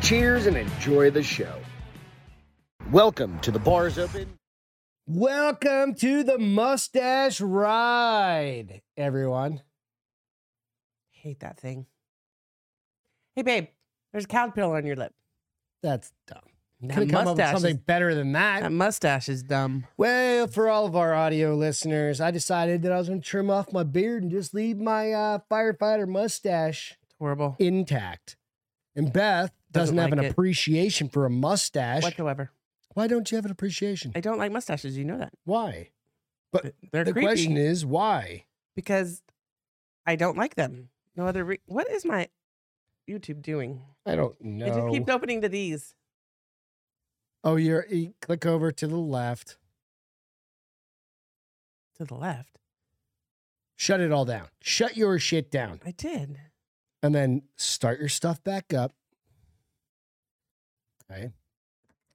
Cheers and enjoy the show. Welcome to the Bars Open. Welcome to the mustache ride, everyone. Hate that thing. Hey, babe, there's a caterpillar on your lip. That's dumb. That Could have come up with mustache something Is, better than that. that mustache is dumb. well, for all of our audio listeners, I decided that I was going to trim off my beard and just leave my uh, firefighter mustache It's horrible. intact. And Beth doesn't, Doesn't have an like it. appreciation for a mustache. Whatsoever. Why don't you have an appreciation? I don't like mustaches. You know that. Why? They're the creepy question is why? because I don't like them. No other. Re- what is my YouTube doing? I don't It just know. keeps opening to these. oh, you're you click over to the left. To the left. Shut it all down. Shut your shit down. I did. and then start your stuff back up. Okay.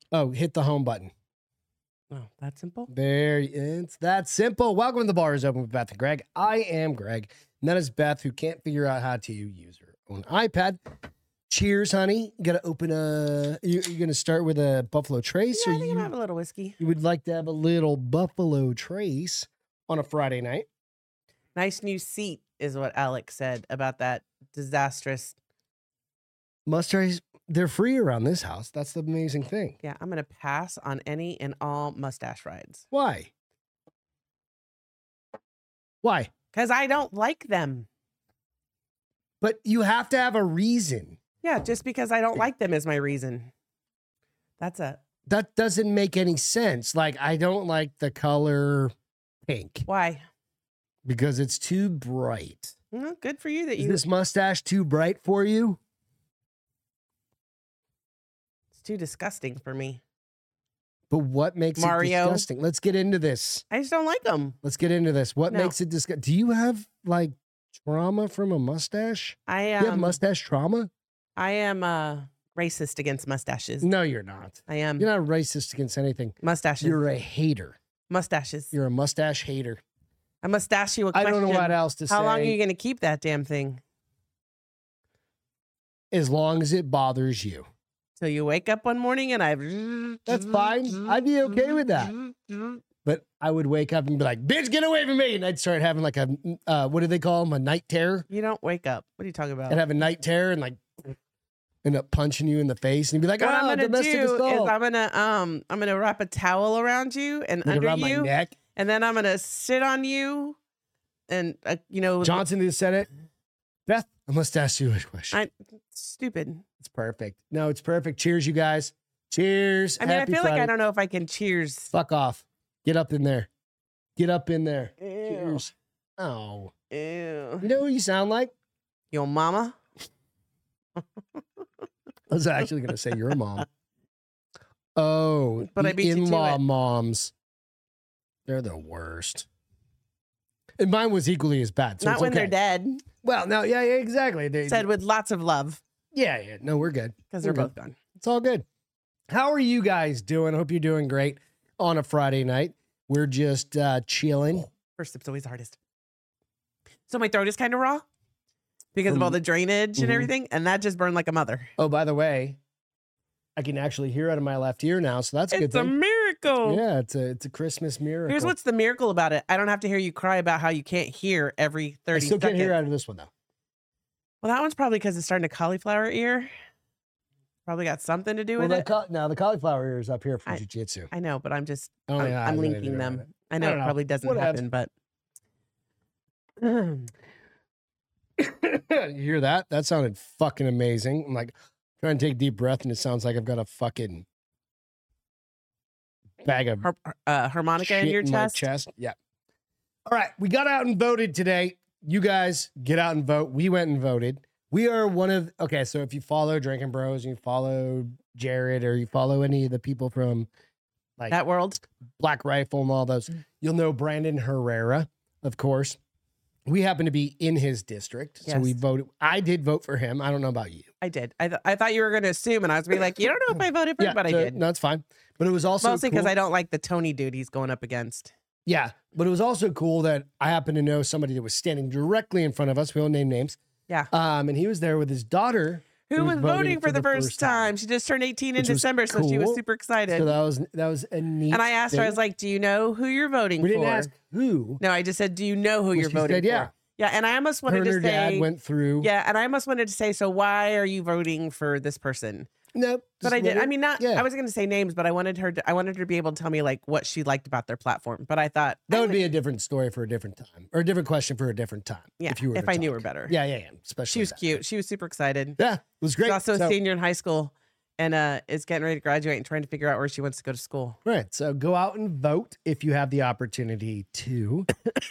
Oh, hit the home button. Oh, that simple. There, it's that simple. Welcome to the bar is open with Beth and Greg. I am Greg, and that is Beth, who can't figure out how to use her own iPad. Cheers, honey. You gotta open a. You, you're gonna start with a Buffalo Trace, Yeah, I or think I'm you, gonna have a little whiskey. you would like to have a little Buffalo Trace on a Friday night? Nice new seat is what Alex said about that disastrous. Mustards, they're free around this house. That's the amazing thing. Yeah, I'm gonna pass on any and all mustache rides. Why? Why? Because I don't like them. But you have to have a reason. Yeah, just because I don't like them is my reason. That's a That doesn't make any sense. Like, I don't like the color pink why. because it's too bright. Well, good for you that Is you. this mustache too bright for you? It's too disgusting for me. But what makes Mario? it disgusting? Let's get into this. I just don't like them. Let's get into this. What No. makes it disgusting? Do you have like trauma from a mustache? I Do you have um, mustache trauma? I am uh, racist against mustaches. No, you're not. I am Mm, You're not racist against anything. mustaches. You're a hater. mustaches. You're a mustache hater. a mustache. You a I question. don't know what else to say. How long are you going to keep that damn thing as long as it bothers you. till you wake up one morning and I? That's Mm-hmm, fine. I'd be okay with that. But I would wake up and be like, "Bitch, get away from me!" And I'd start having like a uh, what do they call them? A night terror. You don't wake up. What are you talking about? I'd have a night terror and like end up punching you in the face and you'd be like, what "Ah, I'm gonna domestic do is assault!" I'm gonna um I'm gonna wrap a towel around you and Like under around my you, neck. and then I'm gonna sit on you, and uh, you know, with- Johnson who said it. Beth, I must ask you a question. I stupid. it's perfect. No, it's perfect. Cheers, you guys. Cheers. I mean, I Happy feel like I Friday. don't know if I can cheers. Fuck off. Get up in there. Get up in there. Ew. Cheers. Oh, you Ew. know who you sound like? Yo, mama. I was actually going to say your mom. Oh, But I the beat you to in-law it. moms. They're the worst. And mine was equally as bad. So Not it's when okay. they're dead. Well, no, yeah, yeah exactly. They, Said with lots of love yeah, yeah. No, we're good. because they're Okay. both gone. It's all good. How are you guys doing? Hope you're doing great on a Friday night. We're just uh, chilling. First sip's always the hardest. So my throat is kind of raw because of all Mhm. the drainage and Mhm. everything, and that just burned like a mother. Oh, by the way, I can actually hear out of my left ear now, so that's a good it's a thing. miracle. yeah, it's a it's a Christmas miracle. Oh. Here's what's the miracle about it. I don't have to hear you cry about how you can't hear every 30 I still seconds. can't hear out of this one though. Well, that one's probably because it's starting to cauliflower ear. Probably got something to do Well, with the it. cau- now the cauliflower ear is up here for I- jujitsu. I know, but I'm just Oh, I'm, yeah, I I'm really linking didn't them. write it. I know don't it know. probably doesn't Whatevs. happen, but I you hear that? That sounded fucking amazing. I'm like trying to take a deep breath, and it sounds like I've got a fucking bag of har- uh, harmonica shit in your my chest. chest. Yeah. All right, we got out and voted today. You guys get out and vote. We went and voted. We are one of okay. So if you follow Drinking Bros, you follow Jared, or you follow any of the people from like That world. Black Rifle and all those. Mm. You'll know Brandon Herrera, of course. We happen to be in his district, so we Yes. voted. I did vote for him. I don't know about you, I did. I, th- I thought you were going to assume, and I was gonna be like, you don't know if I voted for it, but so- I did. No, it's fine. But it was also Mostly because cool- I don't like the Tony dude he's going up against. yeah. But it was also cool that I happen to know somebody that was standing directly in front of us. We won't name names. Yeah. Um, and he was there with his daughter, who was voting for the first time. She just turned 18 in Which was December, so she was cool. super excited. So that was that was a neat. and I asked her, I thing. was like, "Do you know who you're voting we didn't for?" ask who. No, I just said, "Do you know who but you're she voting said, for?" Yeah, Yeah, and I almost her wanted and to her say, dad went through. "Yeah," and I almost wanted to say, "So why are you voting for this person?" nope. But just I did. another- I mean, not. yeah. I was going to say names, but I wanted her. To, I wanted her to be able to tell me like what she liked about their platform. But I thought that I would would- be a different story for a different time, or a different question for a different time. yeah, if you were, if to I knew her talk. better. Yeah, yeah, yeah. Especially she was that. cute. She was super excited. Yeah, it was great. She's also a So- senior in high school and uh, is getting ready to graduate and trying to figure out where she wants to go to school. Right. So go out and vote if you have the opportunity to.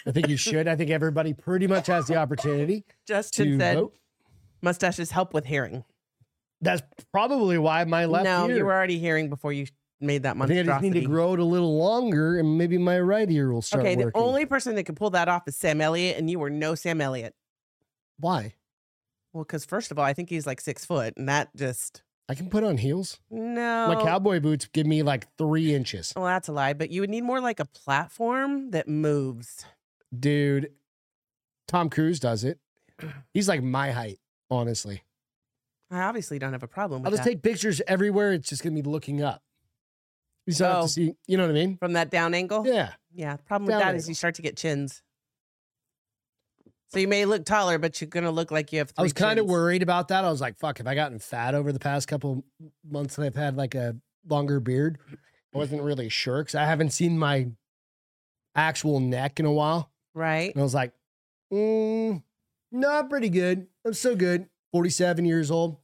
I think you should. I think everybody pretty much has the opportunity to Justin said vote. mustaches help with hearing. That's probably why my left no, ear. you were already hearing before you made that I think I monstrosity. just need to grow it a little longer, and maybe my right ear will start okay, the working. only person that could pull that off is Sam Elliott, and you were no Sam Elliott. why Well, because first of all, I think he's like six foot, and that just I can put on heels. no. My cowboy boots give me like three inches, well, that's a lie, but you would need more like a platform that moves. dude. Tom Cruise does it. He's like my height, honestly. I obviously don't have a problem with I'll just that. take pictures everywhere. It's just gonna be looking up. You just don't have Oh. to see. You know what I mean? From that down angle? Yeah. Yeah, the problem with Down that is angle. you start to get chins. So you may look taller, but you're gonna look like you have. Three I was kind of chins. worried about that. I was like, fuck, have I gotten fat over the past couple months that I've had like a longer beard? I wasn't really sure because I haven't seen my actual neck in a while. right? And I was like, mm, no, I'm pretty good. I'm so good. 47 years old.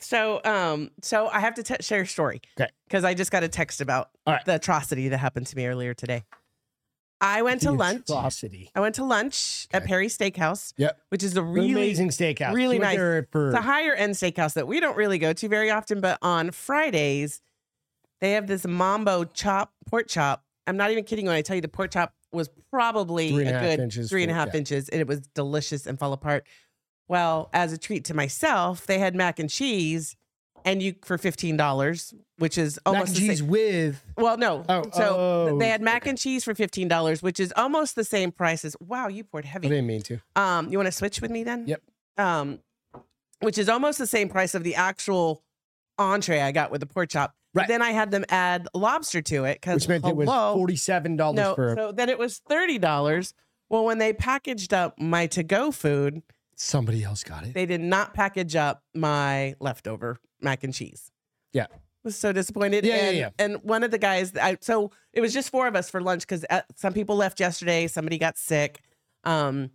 So, um, so I have to te- share a story. 'Kay. Because I just got a text about All right. the atrocity that happened to me earlier today. I went to The lunch. Atrocity. I went to lunch at Okay. Perry Steakhouse. Yep. Which is a Really, really Amazing steakhouse. really She went nice. there for- It's a higher end steakhouse that we don't really go to very often, but on Fridays, they have this mambo chop, pork chop. I'm not even kidding when I tell you the pork chop was probably Three and a a half good inches, three and a four- half yeah. inches, and it was delicious and fell apart. Well, as a treat to myself, they had mac and cheese, and you for fifteen dollars, which is mac almost and the same- cheese with. Well, no, Oh, so oh, they had mac and cheese for fifteen dollars, which is almost the same price as. Wow, you poured I heavy. didn't mean to. Um, you want to switch with me then? Yep. Um, which is almost the same price of the actual entree I got with the pork chop. But Right. Then I had them add lobster to it because Which meant it was $47 no, for so then it was thirty dollars. Well, when they packaged up my to-go food, somebody else got it. they did not package up my leftover mac and cheese. Yeah. Was so disappointed. Yeah, yeah, and, yeah. and one of the guys, I, so it was just four of us for lunch because some people left yesterday. Somebody got sick. Um,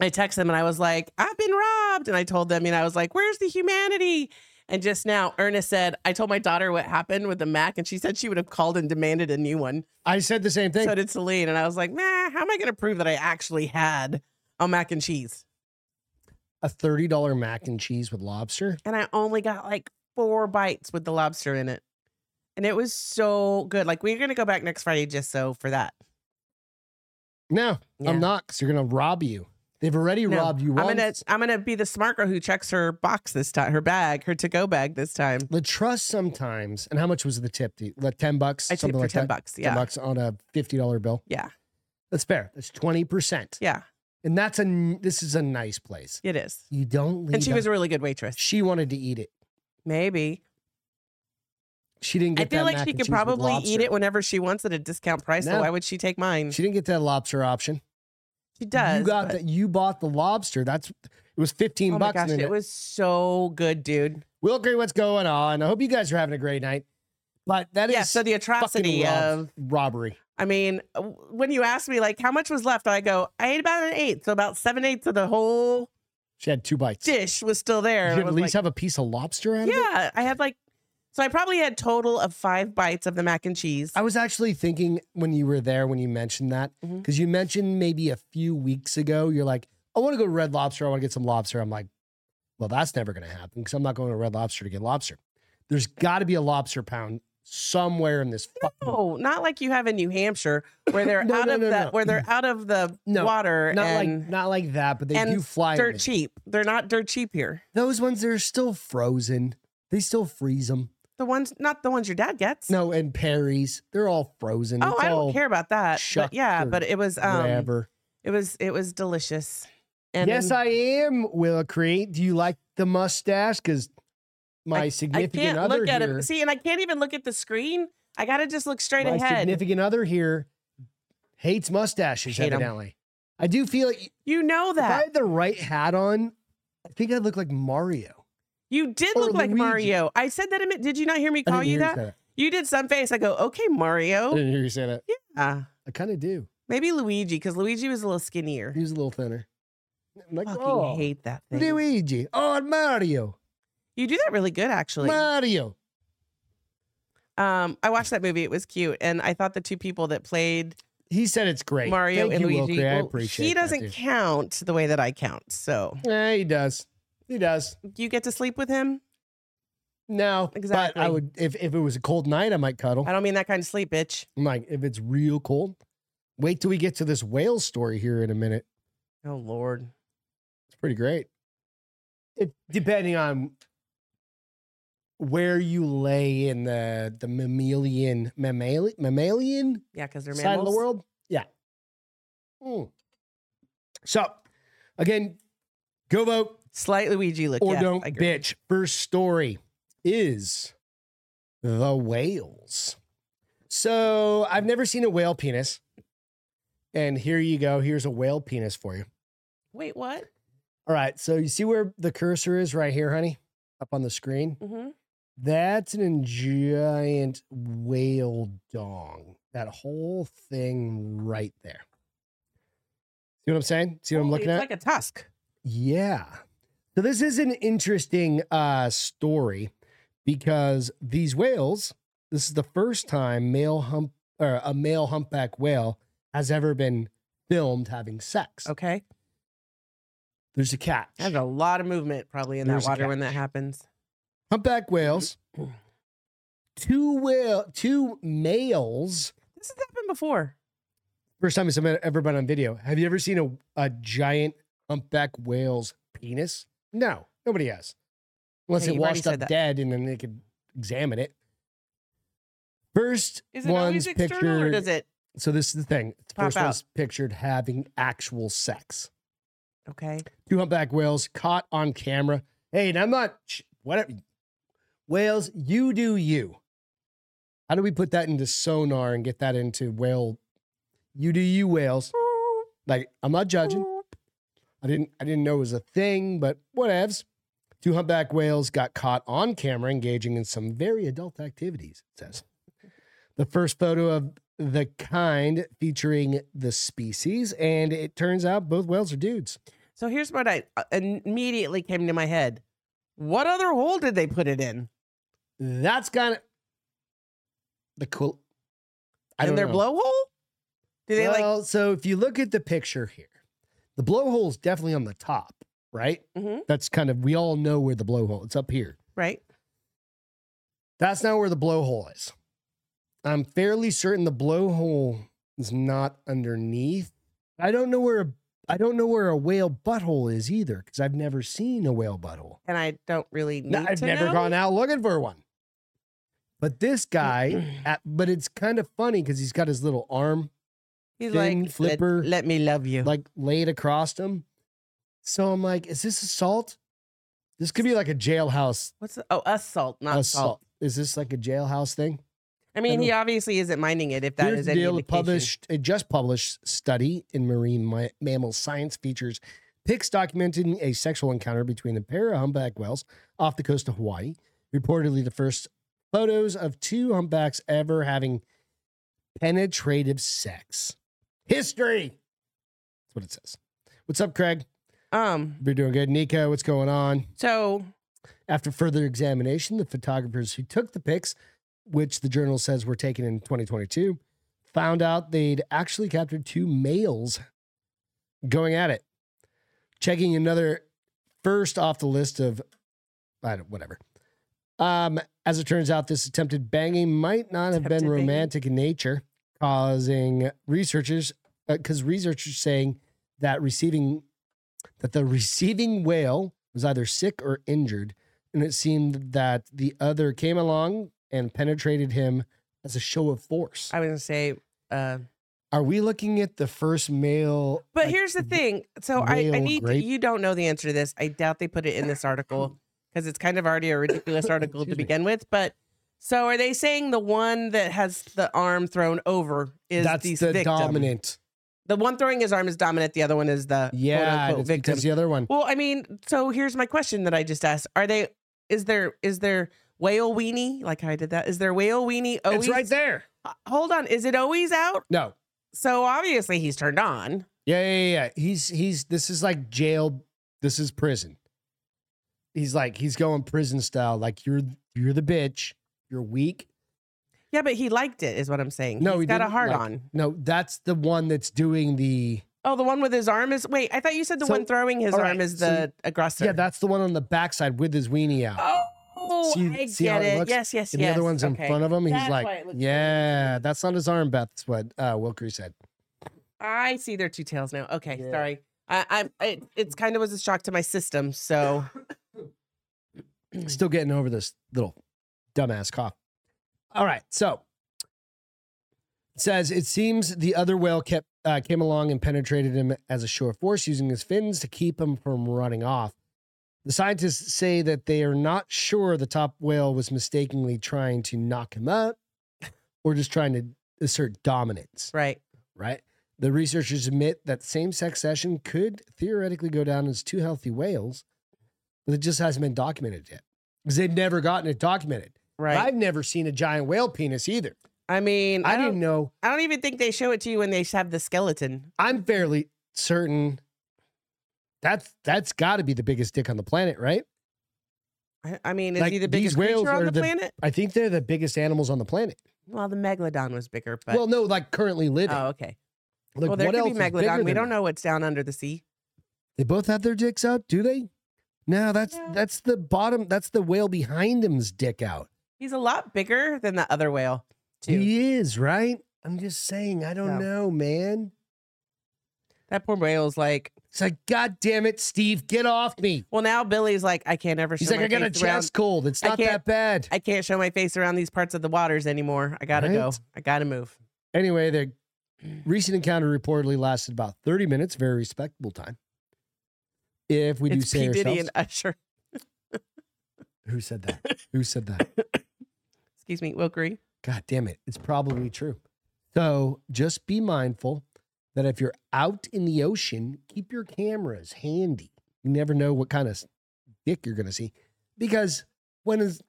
I texted them and I was like, I've been robbed. And I told them, and I was like, where's the humanity? And just now, Ernest said, I told my daughter what happened with the Mac, and she said she would have called and demanded a new one. I said the same thing. so did Celine. And I was like, nah, how am I going to prove that I actually had a mac and cheese? a $30 mac and cheese with lobster. and I only got like four bites with the lobster in it. And it was so good. Like we're gonna go back next Friday just so for that. No, Yeah. I'm not. Because they're gonna rob you. They've already No, robbed you I'm once. gonna I'm gonna be the smart girl who checks her box this time, her bag, her to go bag this time. the trust sometimes. And how much was the tip? Do you- Like ten bucks, I tipped something her like ten that. bucks. Yeah, Ten bucks on a fifty dollar bill. Yeah. that's fair. That's twenty percent. yeah, And that's a. n- This is a nice place. it is. You don't leave. And she was a- a really good waitress. she wanted to eat it. Maybe She didn't I get. feel that like mac she and could cheese with probably eat lobster. it whenever she wants at a discount price. So No. why would she take mine? She, She didn't get that lobster option. does. You got but- that. You bought the lobster. That's. It was fifteen Oh my bucks. gosh, and then it was so good, dude. We'll agree what's going on. I hope you guys are having a great night. But that is Yeah. So the fucking atrocity rob- of robbery. I mean, uh, w- when you ask me like how much was left, I go, I ate about an eighth, so about seven eighths of the whole She had two bites. dish was still there. You and I should at was least like, have a piece of lobster out of it. yeah, I had like, so I probably had total of five bites of the mac and cheese. I was actually thinking when you were there when you mentioned that Mhm. because you mentioned maybe a few weeks ago you're like I want to go to Red Lobster I want to get some lobster I'm like well that's never going to happen because I'm not going to Red Lobster to get lobster. There's got to be a lobster pound somewhere in this. fucking- Oh, not like you have in New Hampshire where they're No, out no, of no, the no. where they're out of the No, water Not and like not like that, but they and do fly. in dirt there. cheap. They're not dirt cheap here. Those ones they're still frozen. They still freeze them. The ones, not the ones your dad gets. No, and Perry's they're all frozen. Oh, It's I all don't care about that. But shucked yeah, or but it was um, whatever. it was it was delicious. And yes, I am, Willa Cree. Do you like the mustache? Because my I significant can't other look at here. it. See, and I can't even look at the screen. I gotta just look straight my ahead. significant other here hates mustaches Hate 'em. evidently. I do feel like you know if I that. had the right hat on, I think I'd look like Mario. You did or look like Luigi. Mario. I said that. A minute. Did you not hear me I call didn't you hear Uh, that? Oh. You did some face. I go, okay, I Mario. didn't hear you say that. Ah, I kind of do. maybe Luigi, because Luigi was a little skinnier. He was a little thinner. I'm like, fucking oh, hate that thing. Luigi. Oh, and Mario. You do that really good, actually. Mario. Um, I watched that movie. It was cute, and I thought the two people that played He said it's great. Mario Thank and you, Luigi. Okri. I well, appreciate he doesn't That, dude. count the way that I count. So yeah, he does. He does. you get to sleep with him. No, But I Exactly. would if, if it was a cold night, I might cuddle. I don't mean that kind of sleep, bitch. I'm like, if it's real cold, wait till we get to this whale story here in a minute. Oh Lord. It's pretty great. It, depending on where you lay in the the mammalian mammalian mammalian Yeah, because they're side mammals. of the world. Yeah. Mm. So, again, go vote Slight Luigi look. or yes, don't I agree. bitch. First story is the whales. So I've never seen a whale penis. And here you go. Here's a whale penis for you. Wait, what? All right. So you see where the cursor is right here, honey? Up on the screen? hmm That's an giant whale dong. That whole thing right there. See what I'm saying? See what I'm looking it's at? like a tusk. Yeah. So this is an interesting uh, story because these whales, this is the first time male hump or a male humpback whale has ever been filmed having sex. Okay. There's a catch. There's a lot of movement probably in There's a that water when catch. that happens. Humpback whales. Two whale, two males. This has happened before. First time it's ever been on video. Have you ever seen a, a giant humpback whale's penis? No, nobody has. Unless Yeah, it you've already washed said up that. dead and then they could examine it. First Is it one's always external pictured. or does it? so this is the thing. pop First out? one's pictured having actual sex. Okay. Two humpback whales caught on camera. Hey, and I'm not sh- whatever. Whales, you do you. How do we put that into sonar and get that into whale? You do you, whales. Like I'm not judging. I didn't I didn't know it was a thing, but whatevs. Two humpback whales got caught on camera engaging in some very adult activities, it says. The first photo of the kind featuring the species, and it turns out both whales are dudes. So here's what I uh, immediately came to my head. What other hole did they put it in? That's kind of the cool. I in don't their know. blowhole? Do they like well, so if you look at the picture here, the blowhole's definitely on the top, right? Mhm. That's kind of we all know where the blowhole. It's up here. right? That's not where the blowhole is. I'm fairly certain the blowhole is not underneath. I don't know where a, I don't know where a whale butthole is either because I've never seen a whale butthole. And I don't really need No, I've to never know. gone out looking for one. But this Mm-hmm. guy, at, but it's kind of funny because he's got his little arm He's Thin like "Let- flipper. Let, me love you. like laid across him. So I'm like, is this assault? This could be like a jailhouse What's the, oh assault, not assault. salt. Is this like a jailhouse thing? I mean, I he obviously isn't minding it if that Here's is the any deal. The indication. published, a just published study in Marine Ma- Mammal Science features pics documenting a sexual encounter between a pair of humpback whales off the coast of Hawaii. Reportedly, the first photos of two humpbacks ever having penetrative sex. History. That's what it says. What's up, Craig? Um, You're doing good. Nico, what's going on? so After further examination, the photographers who took the pics, which the journal says were taken in 2022, found out they'd actually captured two males going at it. Checking another first off the list of I don't, whatever. Um, as it turns out, this attempted banging might not have been Attempted banging. romantic in nature, causing researchers because researchers saying that receiving that the receiving whale was either sick or injured, and it seemed that the other came along and penetrated him as a show of force. I was gonna say, uh, Are we looking at the first male? but like, here's the thing. So I, I whale need grape? you don't know the answer to this. I doubt they put it in this article. because it's kind of already a ridiculous article to Excuse me. begin with. But so are they saying the one that has the arm thrown over is That's the, the victim? dominant. The one throwing his arm is dominant. The other one is the Yeah, quote and unquote it's victim. because the other one. Well, I mean, so here's my question that I just asked: Are they? Is there? Is there whale weenie? Like how I did that. Is there whale weenie? Always? It's right there. Uh, Hold on. Is it always out? No. So obviously he's turned on. Yeah, yeah, yeah, yeah. He's he's this is like jail. This is prison. He's like he's going prison style. Like you're you're the bitch. You're weak. Yeah, but he liked it, is what I'm saying. No, he's he got a didn't hard like on. No, that's the one that's doing the. Oh, the one with his arm is. Wait, I thought you said the So- one throwing his all arm right, is so- the aggressor. Yeah, that's the one on the backside with his weenie out. Oh, See- I see how get it it. looks? Yes, yes, and yes. the other one's Okay. in front of him. He's That's why like, it looks so yeah, that's not his arm, Beth. That's what uh, Wilkery said. I see their two tails now. Okay, Yeah. sorry. I, I'm. It, it's kind of was a shock to my system. So Still getting over this little dumbass cough. All right, so it says it seems the other whale kept uh, came along and penetrated him as a shore force, using his fins to keep him from running off. The scientists say that they are not sure the top whale was mistakenly trying to knock him up or just trying to assert dominance. right. right? The researchers admit that same sex session could theoretically go down as two healthy whales, but it just hasn't been documented yet because they've never gotten it documented. Right. I've never seen a giant whale penis either. I mean, I, I, don't. didn't know. I don't even think they show it to you when they have the skeleton. I'm fairly certain that's that's got to be the biggest dick on the planet, right? I, I mean, is Like, he the these biggest whales creature on are the, the- planet? I think they're the biggest animals on the planet. Well, the megalodon was bigger, but well, no, like currently living. oh, okay. like, well, there what could else be is bigger megalodon. We than don't that? know what's down under the sea. They both have their dicks out, do they? No, that's No. that's the bottom. That's the whale behind him's dick out. He's a lot bigger than the other whale, too. He is, right? I'm just saying, I don't So- know, man. That poor whale's like, It's like, God damn it, Steve, get off me. well, now Billy's like, I can't ever. He's show like, my I got a face around. chest cold. It's I not that can't- bad. I can't show my face around these parts of the waters anymore. I gotta go. Right? I gotta move. Anyway, their recent encounter reportedly lasted about 30 minutes, very respectable time. If we do it's say P Diddy ourselves, and Usher. who said that? Who said that? Excuse me, Wilkery. God damn it. It's probably true. So just be mindful that if you're out in the ocean, keep your cameras handy. You never know what kind of dick you're going to see. Because when is,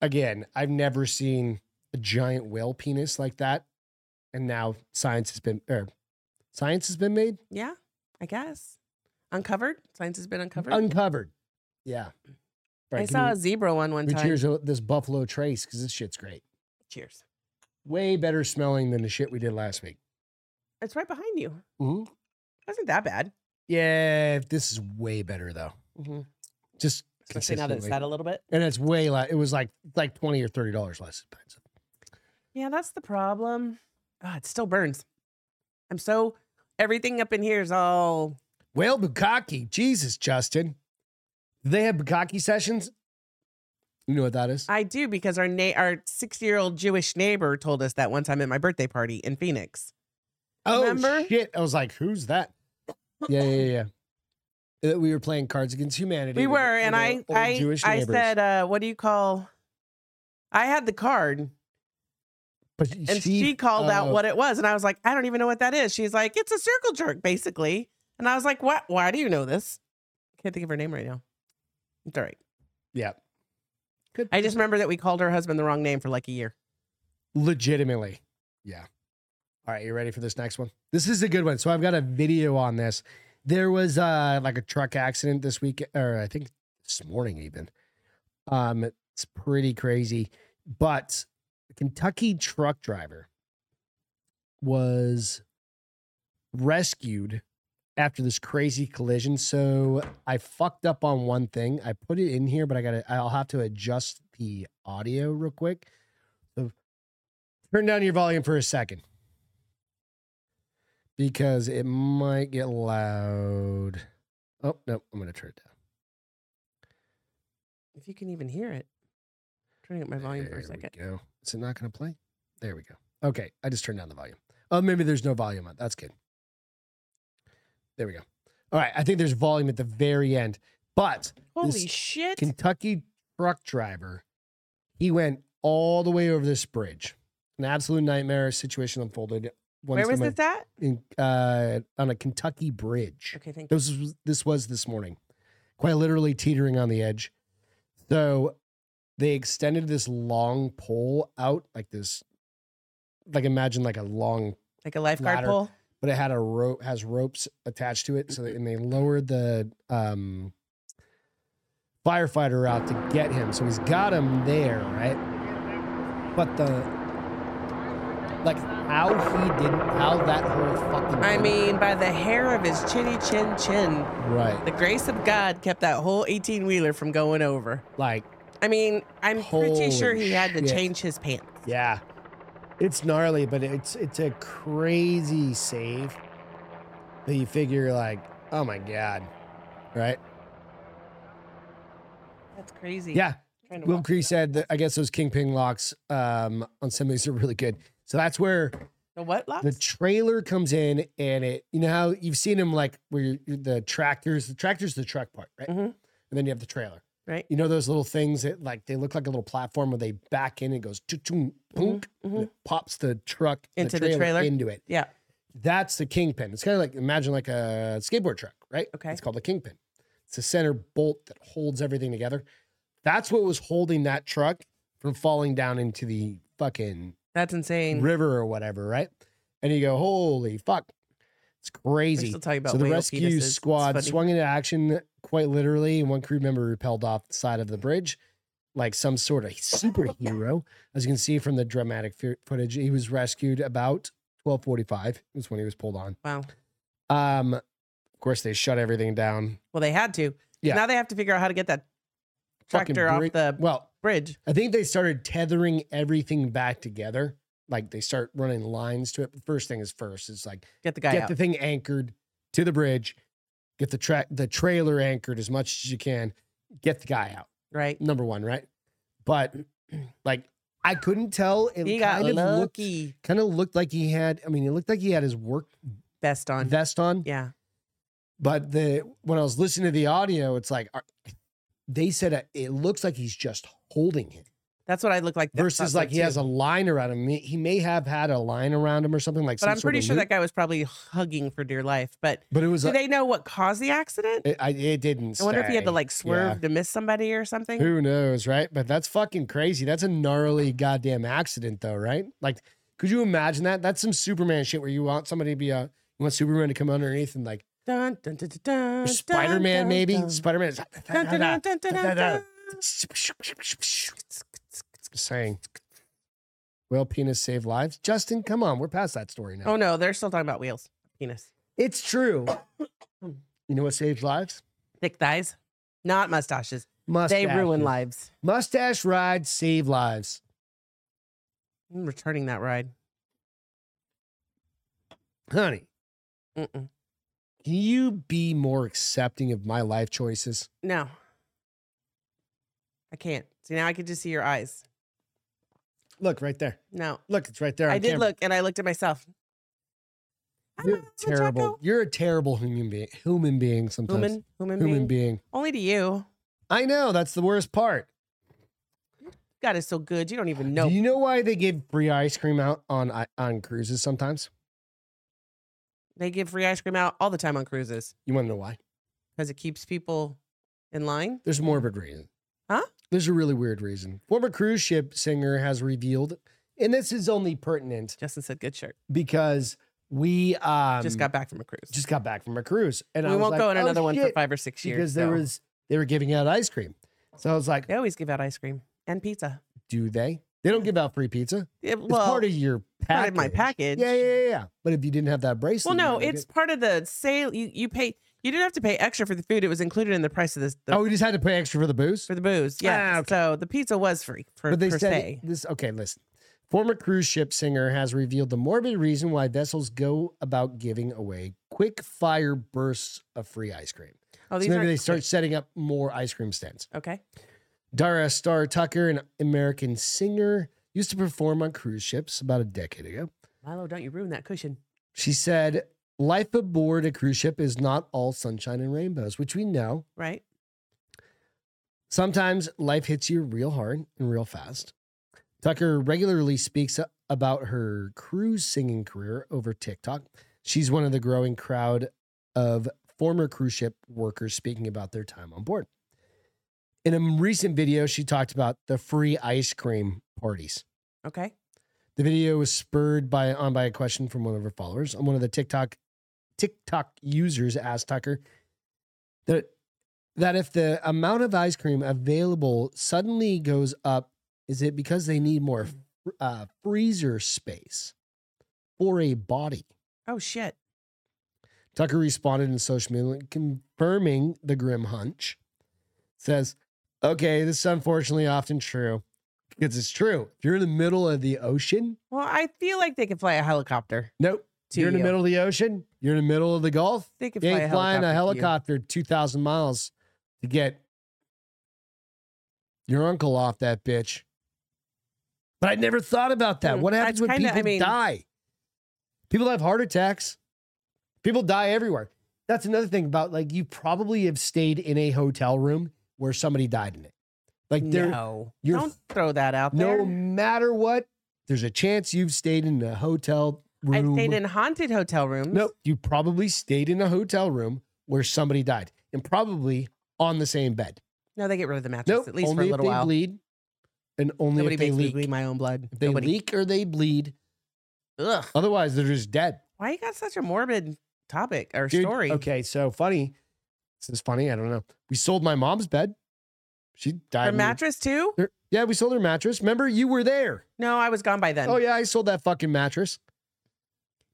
again, I've never seen a giant whale penis like that. And now science has been, or science has been made Yeah, I guess. Uncovered. Science has been uncovered. uncovered. Yeah. All I right, can saw we- a zebra one one we time. cheers to this Buffalo Trace because this shit's great. Cheers. Way better smelling than the shit we did last week. It's right behind you. Mm-hmm. Wasn't that bad? Yeah, this is way better though. Mm-hmm. Just Especially now that it's consistently. that a little bit. and it's way like it was like like twenty or thirty dollars less expensive. Yeah, that's the problem. Ah, it still burns. I'm so everything up in here is all Well, bukkake, Jesus, Justin, Do they have bukkake sessions. You know what that is? I do because our na- our 60 year old Jewish neighbor told us that one time at my birthday party in Phoenix. oh remember? shit! I was like, who's that? Yeah, yeah, yeah, yeah. Uh, We were playing Cards Against Humanity. We with- were, with and our I old I I neighbors. said, uh, what do you call? I had the card, but and she, called out uh, what it was, and I was like, I don't even know what that is. She's like, it's a circle jerk, basically, and I was like, what? Why do you know this? I can't think of her name right now. It's all right. Yeah, good. I just remember that we called her husband the wrong name for like a year. legitimately. Yeah. All right, you ready for this next one? This is a good one. So I've got a video on this. There was uh like a truck accident this week, or I think this morning even. Um, it's pretty crazy. But a Kentucky truck driver was rescued after this crazy collision. So I fucked up on one thing. I put it in here, but I gotta I'll have to adjust the audio real quick. So turn down your volume for a second. Because it might get loud. Oh no, I'm gonna turn it down. If you can even hear it. Turning up my volume for a second. There we go. Is it not going to play? There we go. Okay, I just turned down the volume. Oh, maybe there's no volume on. That's good. There we go. All right, I think there's volume at the very end. But Holy this shit. Kentucky truck driver, he went all the way over this bridge. An absolute nightmare situation unfolded. Once Where was someone- this at? in, uh, on a Kentucky bridge. Okay, thank you. This was, this was this morning, quite literally teetering on the edge. So they extended this long pole out, like this, like imagine like a long, Like a lifeguard ladder. pole. but it had a rope, has ropes attached to it. So and they lowered the um, firefighter out to get him. So he's got him there, right? But the like how he didn't, how that whole fucking I thing- mean, by the hair of his chinny chin chin, right. the grace of God kept that whole 18 wheeler from going over. Like, I mean, I'm Holy pretty sure he had to shit. change his pants. yeah, it's gnarly, but it's it's a crazy save that you figure like, oh my god, right? That's crazy. Yeah. Trying to Will walk Cree through that. said that I guess those kingpin locks um, on some of these are really good. So that's where The what locks? the trailer comes in, and it you know how you've seen them like where you the tractors, the tractors the truck part, right? Mhm. And then you have the trailer. right. You know those little things that like they look like a little platform where they back in and it goes choo-choo, boonk, and Mhm. it pops the truck Into the trailer? into it. Yeah. That's the kingpin. It's kind of like imagine like a skateboard truck, right? Okay. It's called the kingpin. It's the center bolt that holds everything together. That's what was holding that truck from falling down into the fucking That's insane. river or whatever, right? And you go, holy fuck, it's We're crazy. still talking about So the whale penises. rescue It's squad funny. swung into action quite literally, and one crew member repelled off the side of the bridge like some sort of superhero. As you can see from the dramatic fe- footage, he was rescued about 1245 was when he was pulled on. Wow. Um, of course, they shut everything down. Well, they had to. Yeah. Now they have to figure out how to get that Fucking tractor off bri- the Well, bridge. I think they started tethering everything back together. Like they start running lines to it. First thing is first. It's like Get the guy get out. the thing anchored to the bridge, get the track the trailer anchored as much as you can, get the guy out. right. Number one, right? But like I couldn't tell. It He got kind of looked lucky. kind of looked like he had. I mean, it looked like he had his work Best on. vest on. yeah. But the when I was listening to the audio, it's like are- they said uh, it looks like he's just holding him That's what I look like. versus like he has a line around him. He- He may have had a line around him or something like. But some I'm sort pretty of sure loop. that guy was probably hugging for dear life. But But it was. do Like, they know what caused the accident? it, I, it didn't. I wonder if he had to say. like swerve Yeah. to miss somebody or something. Who knows, right? But that's fucking crazy. That's a gnarly goddamn accident, though, right? Like, could you imagine that? That's some Superman shit where you want somebody to be a, you want Superman to come underneath and like, Dun, dun, dun, dun, dun, or dun, Spider Man, dun, maybe? dun. Spider Man is. Dun, dun, dun, dun, dun, dun, dun. Just saying. Will penis save lives? Justin, come on. We're past that story now. Oh no, they're still talking about wheels. Penis. It's true. you know what saves lives? Thick thighs. Not mustaches. Mustache. They ruin lives. Mustache rides save lives. I'm returning that ride. Honey, Mm-mm. can you be more accepting of my life choices? No. I can't. See now I can just see your eyes. Look right there. No. Look, it's right there. I on did camera. look Ah, and I looked at myself. I'm You're a terrible. Chaco. You're a terrible human being. Human being sometimes. Human, human, Human being. being. Only to you. I know that's the worst part. God is so good. You don't even know. Do you know why they give free ice cream out on i- on cruises sometimes? they give free ice cream out all the time on cruises You want to know why? because it keeps people in line. There's a morbid reason. Huh? There's a really weird reason. Former cruise ship singer has revealed, and this is only pertinent Justin said, "Good shirt." because we um, just got back from a cruise. just got back from a cruise, and we I was won't like, go on "Oh, another one for shit," five or six years because there so. was they were giving out ice cream. So I was like, They always give out ice cream and pizza. do they? They don't give out free pizza. It- It's well, part of your package. part of my package. Yeah, yeah, yeah, yeah. But if you didn't have that well, bracelet, no, you it's did- part of the sale. You you pay. You didn't have to pay extra for the food. It was included in the price of this the, oh, we just had to pay extra for the booze. for the booze. Yeah. Ah, okay. So the pizza was free for But they per said se. this. Okay, listen. Former cruise ship singer has revealed the morbid reason why vessels go about giving away quick fire bursts of free ice cream. Oh, So these maybe are they start setting up more ice cream stands. okay. Dara Star Tucker, an American singer, used to perform on cruise ships about a decade ago. Milo, don't you ruin that cushion? She said, Life aboard a cruise ship is not all sunshine and rainbows, which we know. Right. Sometimes life hits you real hard and real fast. Tucker regularly speaks about her cruise singing career over TikTok. She's one of the growing crowd of former cruise ship workers speaking about their time on board. In a recent video, she talked about the free ice cream parties. Okay. The video was spurred by on by a question from one of her followers. And one of the TikTok TikTok users asked Tucker that that if the amount of ice cream available suddenly goes up, is it because they need more uh, freezer space for a body? Oh shit. Tucker responded in social media, confirming the grim hunch. Says, okay, this is unfortunately often true because it's true. If you're in the middle of the ocean, Well, I feel like they could fly a helicopter. nope. To you're in the you. middle of the ocean, you're in the middle of the Gulf, They could you fly ain't flying a to you. helicopter 2,000 miles to get your uncle off that bitch. But I never thought about that. Mm, What happens that's when kinda- I people mean- die? People have heart attacks. People die everywhere. That's another thing about like you probably have stayed in a hotel room where somebody died in it. Like there, no. you're- Don't throw that out there. no matter what, there's a chance you've stayed in a hotel I room. stayed in haunted hotel rooms. Nope. You probably stayed in a hotel room where somebody died and probably on the same bed. No, they get rid of the mattress Nope. at least for only a if little they while. bleed and only Nobody if they makes leak. me bleed my own blood. If they Nobody. leak or they bleed. Ugh. Otherwise, they're just dead. Why you got such a morbid topic or Dude, story? Okay, so funny. This is funny. I don't know. We sold my mom's bed. She died. Her in- mattress too? her- yeah, we sold her mattress. Remember, you were there. No, I was gone by then. Oh yeah, I sold that fucking mattress.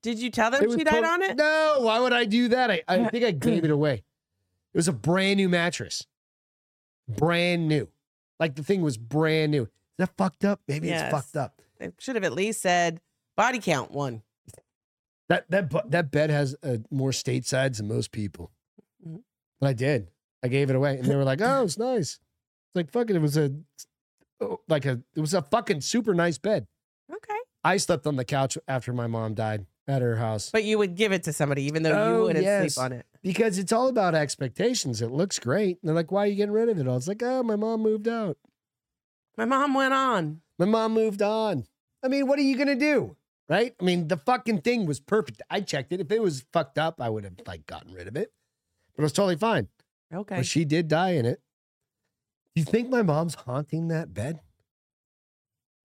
Did you tell them It was she died tot- on it? No, why would I do that? I, I think I gave it away. It was a brand new mattress. Brand new. Like the thing was brand new. Is that fucked up? Maybe Yes. it's fucked up. They should have at least said body count one. That that bu- that bed has uh, more state sides than most people. Mhm. But I did. I gave it away, and they were like, "Oh, it's nice." It's like fucking. It was a oh, like a it was a fucking super nice bed. Okay. I slept on the couch after my mom died at her house. But you would give it to somebody even though you Oh, wouldn't yes. sleep on it. because it's all about expectations. It looks great. And they're like, why are you getting rid of it all? It's like, oh, my mom moved out. My mom went on. My mom moved on. I mean, what are you going to do? Right? I mean, the fucking thing was perfect. I checked it. If it was fucked up, I would have like gotten rid of it, but it was totally fine. Okay. But she did die in it. You think my mom's haunting that bed?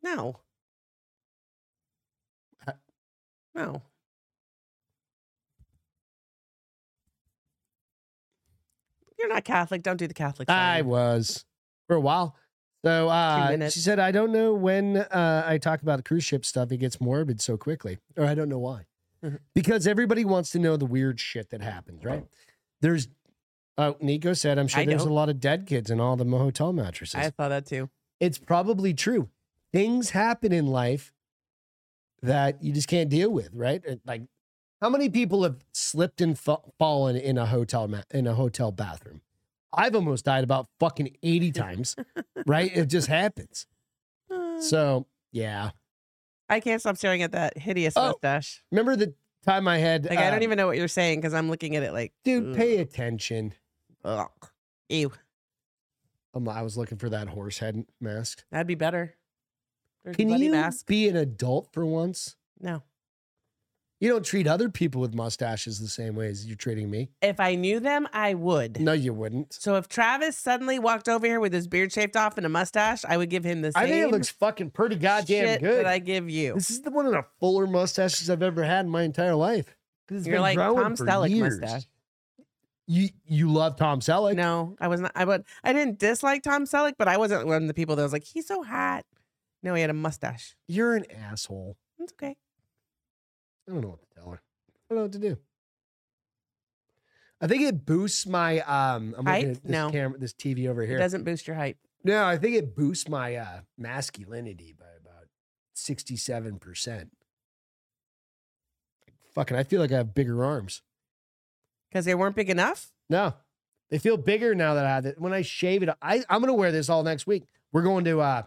No. I- No. You're not Catholic. Don't do the Catholic. I sign. was for a while. So uh, minutes. she said, I don't know when uh, I talk about cruise ship stuff, it gets morbid so quickly, or I don't know why. Mhm. Because everybody wants to know the weird shit that happens, right? There's, oh, Nico said, I'm sure I there's don't. a lot of dead kids in all the mo- hotel mattresses. I thought that too. it's probably true. Things happen in life that you just can't deal with, right? Uh, Like, how many people have slipped and fa- fallen in a hotel ma- in a hotel bathroom? I've almost died about fucking eighty times, right? It just happens. Uh, So yeah, I can't stop staring at that hideous Oh. mustache. remember the time I had Like I um, don't even know what you're saying because I'm looking at it like, dude. Pay attention. ugh, ew, Um, I was looking for that horse head mask. that'd be better. There's Can bloody you mask. be an adult for once? No. You don't treat other people with mustaches the same way as you're treating me. If I knew them, I would. No, you wouldn't. So if Travis suddenly walked over here with his beard shaved off and a mustache, I would give him the same. I think it looks fucking pretty goddamn shit good. That I give you. this is the one of the fuller mustaches I've ever had in my entire life. 'Cause it's You're been like growing Tom for Selleck years. mustache. You you love Tom Selleck. no, I was not. I would. I didn't dislike Tom Selleck, but I wasn't one of the people that was like, he's so hot. No, he had a mustache. You're an asshole. It's okay. I don't know what to tell her. I don't know what to do. I think it boosts my um. I'm Height? looking at this No. camera, this TV over It here. doesn't boost your height. No, I think it boosts my uh, masculinity by about sixty-seven percent. Fucking, I feel like I have bigger arms. Because they weren't big enough. No, they feel bigger now that I have it. When I shave it, I I'm gonna wear this all next week. We're going to uh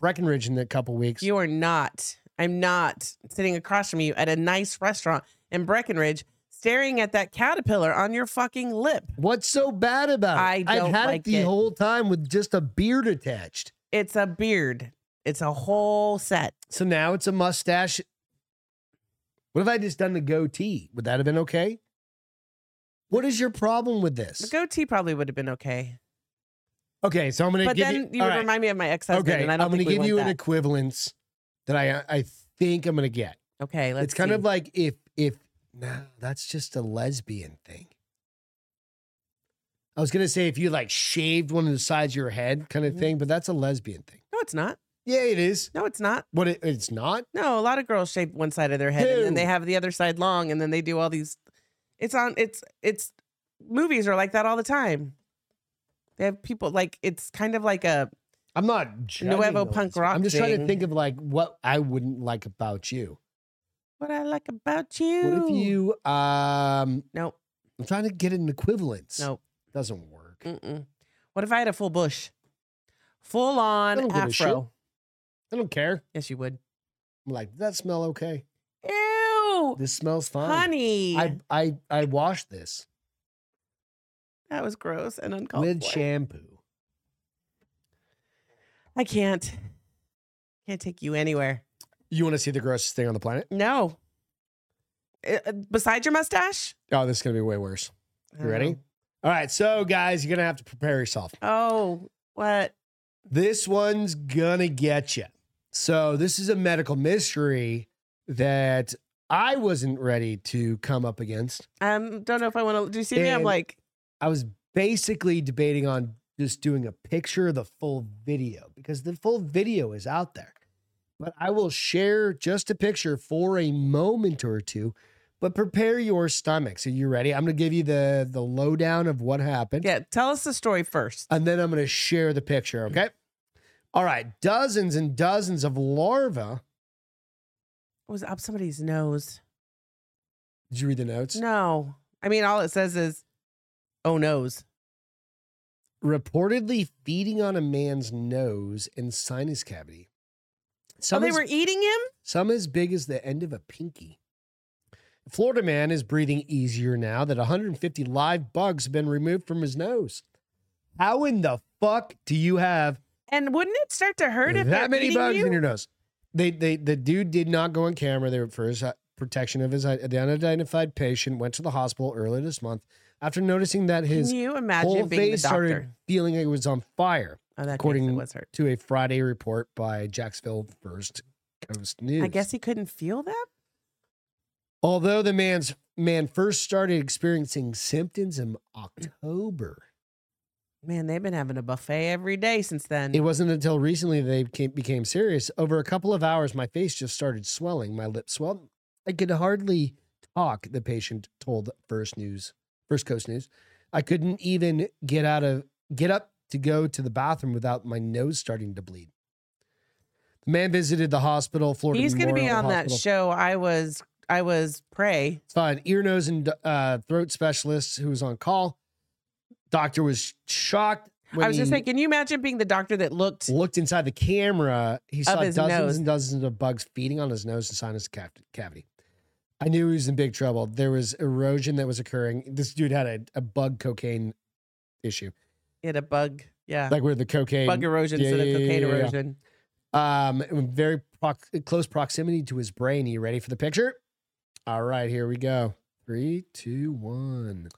Breckenridge in a couple weeks. You are not. I'm not sitting across from you at a nice restaurant in Breckenridge staring at that caterpillar on your fucking lip. What's so bad about it? I have don't had like it the it. whole time with just a beard attached. It's a beard. It's a whole set. So now it's a mustache. What if I just done the goatee? Would that have been okay? What is your problem with The this? goatee probably would have been okay. Okay, so I'm gonna But give then you. you, all would right. remind me of my ex-husband, okay, and I am don't gonna think we give want you an that. equivalence that I I think I'm gonna get. okay, let's it's kind see. of like if if nah, that's just a lesbian thing. I was gonna say if you like shaved one of the sides of your head, kind of Mhm. thing, but that's a lesbian thing. No, it's not. Mm-hmm. Yeah, it is. No, it's not. What it, it's not. No, a lot of girls shave one side of their head and then they Who? have the other side long and then they do all these it's on it's it's movies are like that all the time. They have people like it's kind of like a I'm not judging the Nuevo punk lesbian. rock I'm just trying to thing. think of like what I wouldn't like about you. what I like about you. What if you um Nope. I'm trying to get an equivalence. Nope. Doesn't work. Mm-mm. What if I had a full bush? Full I don't on give a shit. afro. I don't care. Yes, you would. I'm like, "Does that smell okay. Ew. This smells fine. Honey. I I I washed this that was gross and uncalled with for. shampoo. I can't. Can't take you anywhere. You want to see the grossest thing on the planet? No. Uh, uh, Beside your mustache? Oh, this is gonna be way worse. I You don't ready? know. All right, so guys, you're gonna have to prepare yourself. Oh, what? This one's gonna get you. So this is a medical mystery that I wasn't ready to come up against. Um, don't know if I want to. Do you see me? I'm And- like, I was basically debating on just doing a picture of the full video because the full video is out there. But I will share just a picture for a moment or two. But prepare your stomach. So you ready? I'm gonna give you the the lowdown of what happened. yeah. Tell us the story first. And then I'm going to share the picture, okay? All right. Dozens and dozens of larvae. It was up somebody's nose. Did you read the notes? No, I mean all it says is, "Oh nose." Reportedly feeding on a man's nose and sinus cavity. Oh, Some, they as, were eating him. some as big as the end of a pinky. Florida man is breathing easier now that 150 live bugs have been removed from his nose. How in the fuck do you have And wouldn't it start to hurt if they're that many eating bugs you? in your nose. They, they, the dude did not go on camera there for his uh, protection of his i- the unidentified patient. Went to the hospital earlier this month after noticing that his Can you whole imagine being the face doctor? started feeling like it was on fire, Oh, that according according was hurt. to a Friday report by Jacksonville First Coast News. I guess he couldn't feel that. Although the man's man first started experiencing symptoms in October, Man, they've been having a buffet every day since then. it wasn't until recently they became, became serious. Over a couple of hours, my face just started swelling. My lips swelled. I could hardly talk. The patient told First News, First Coast News. I couldn't even get out of get up to go to the bathroom without my nose starting to bleed. The man visited the hospital, Florida. He's going to be Memorial on that Hospital. show. I was, I was prey. It's fine. Ear, nose, and uh, throat specialist who was on call. Doctor was shocked. When I was just he- saying, can you imagine being the doctor that looked? looked inside the camera, he saw his dozens nose. and dozens of bugs feeding on his nose and sinus cav- cavity. I knew he was in big trouble. There was erosion that was occurring. This dude had a, a bug cocaine issue, It a bug, yeah, like where the cocaine, bug erosion yeah, instead yeah, of cocaine yeah, yeah, yeah. erosion. um, in very prox- close proximity to his brain. Are you ready for the picture? All right, here we go. Three, two, one.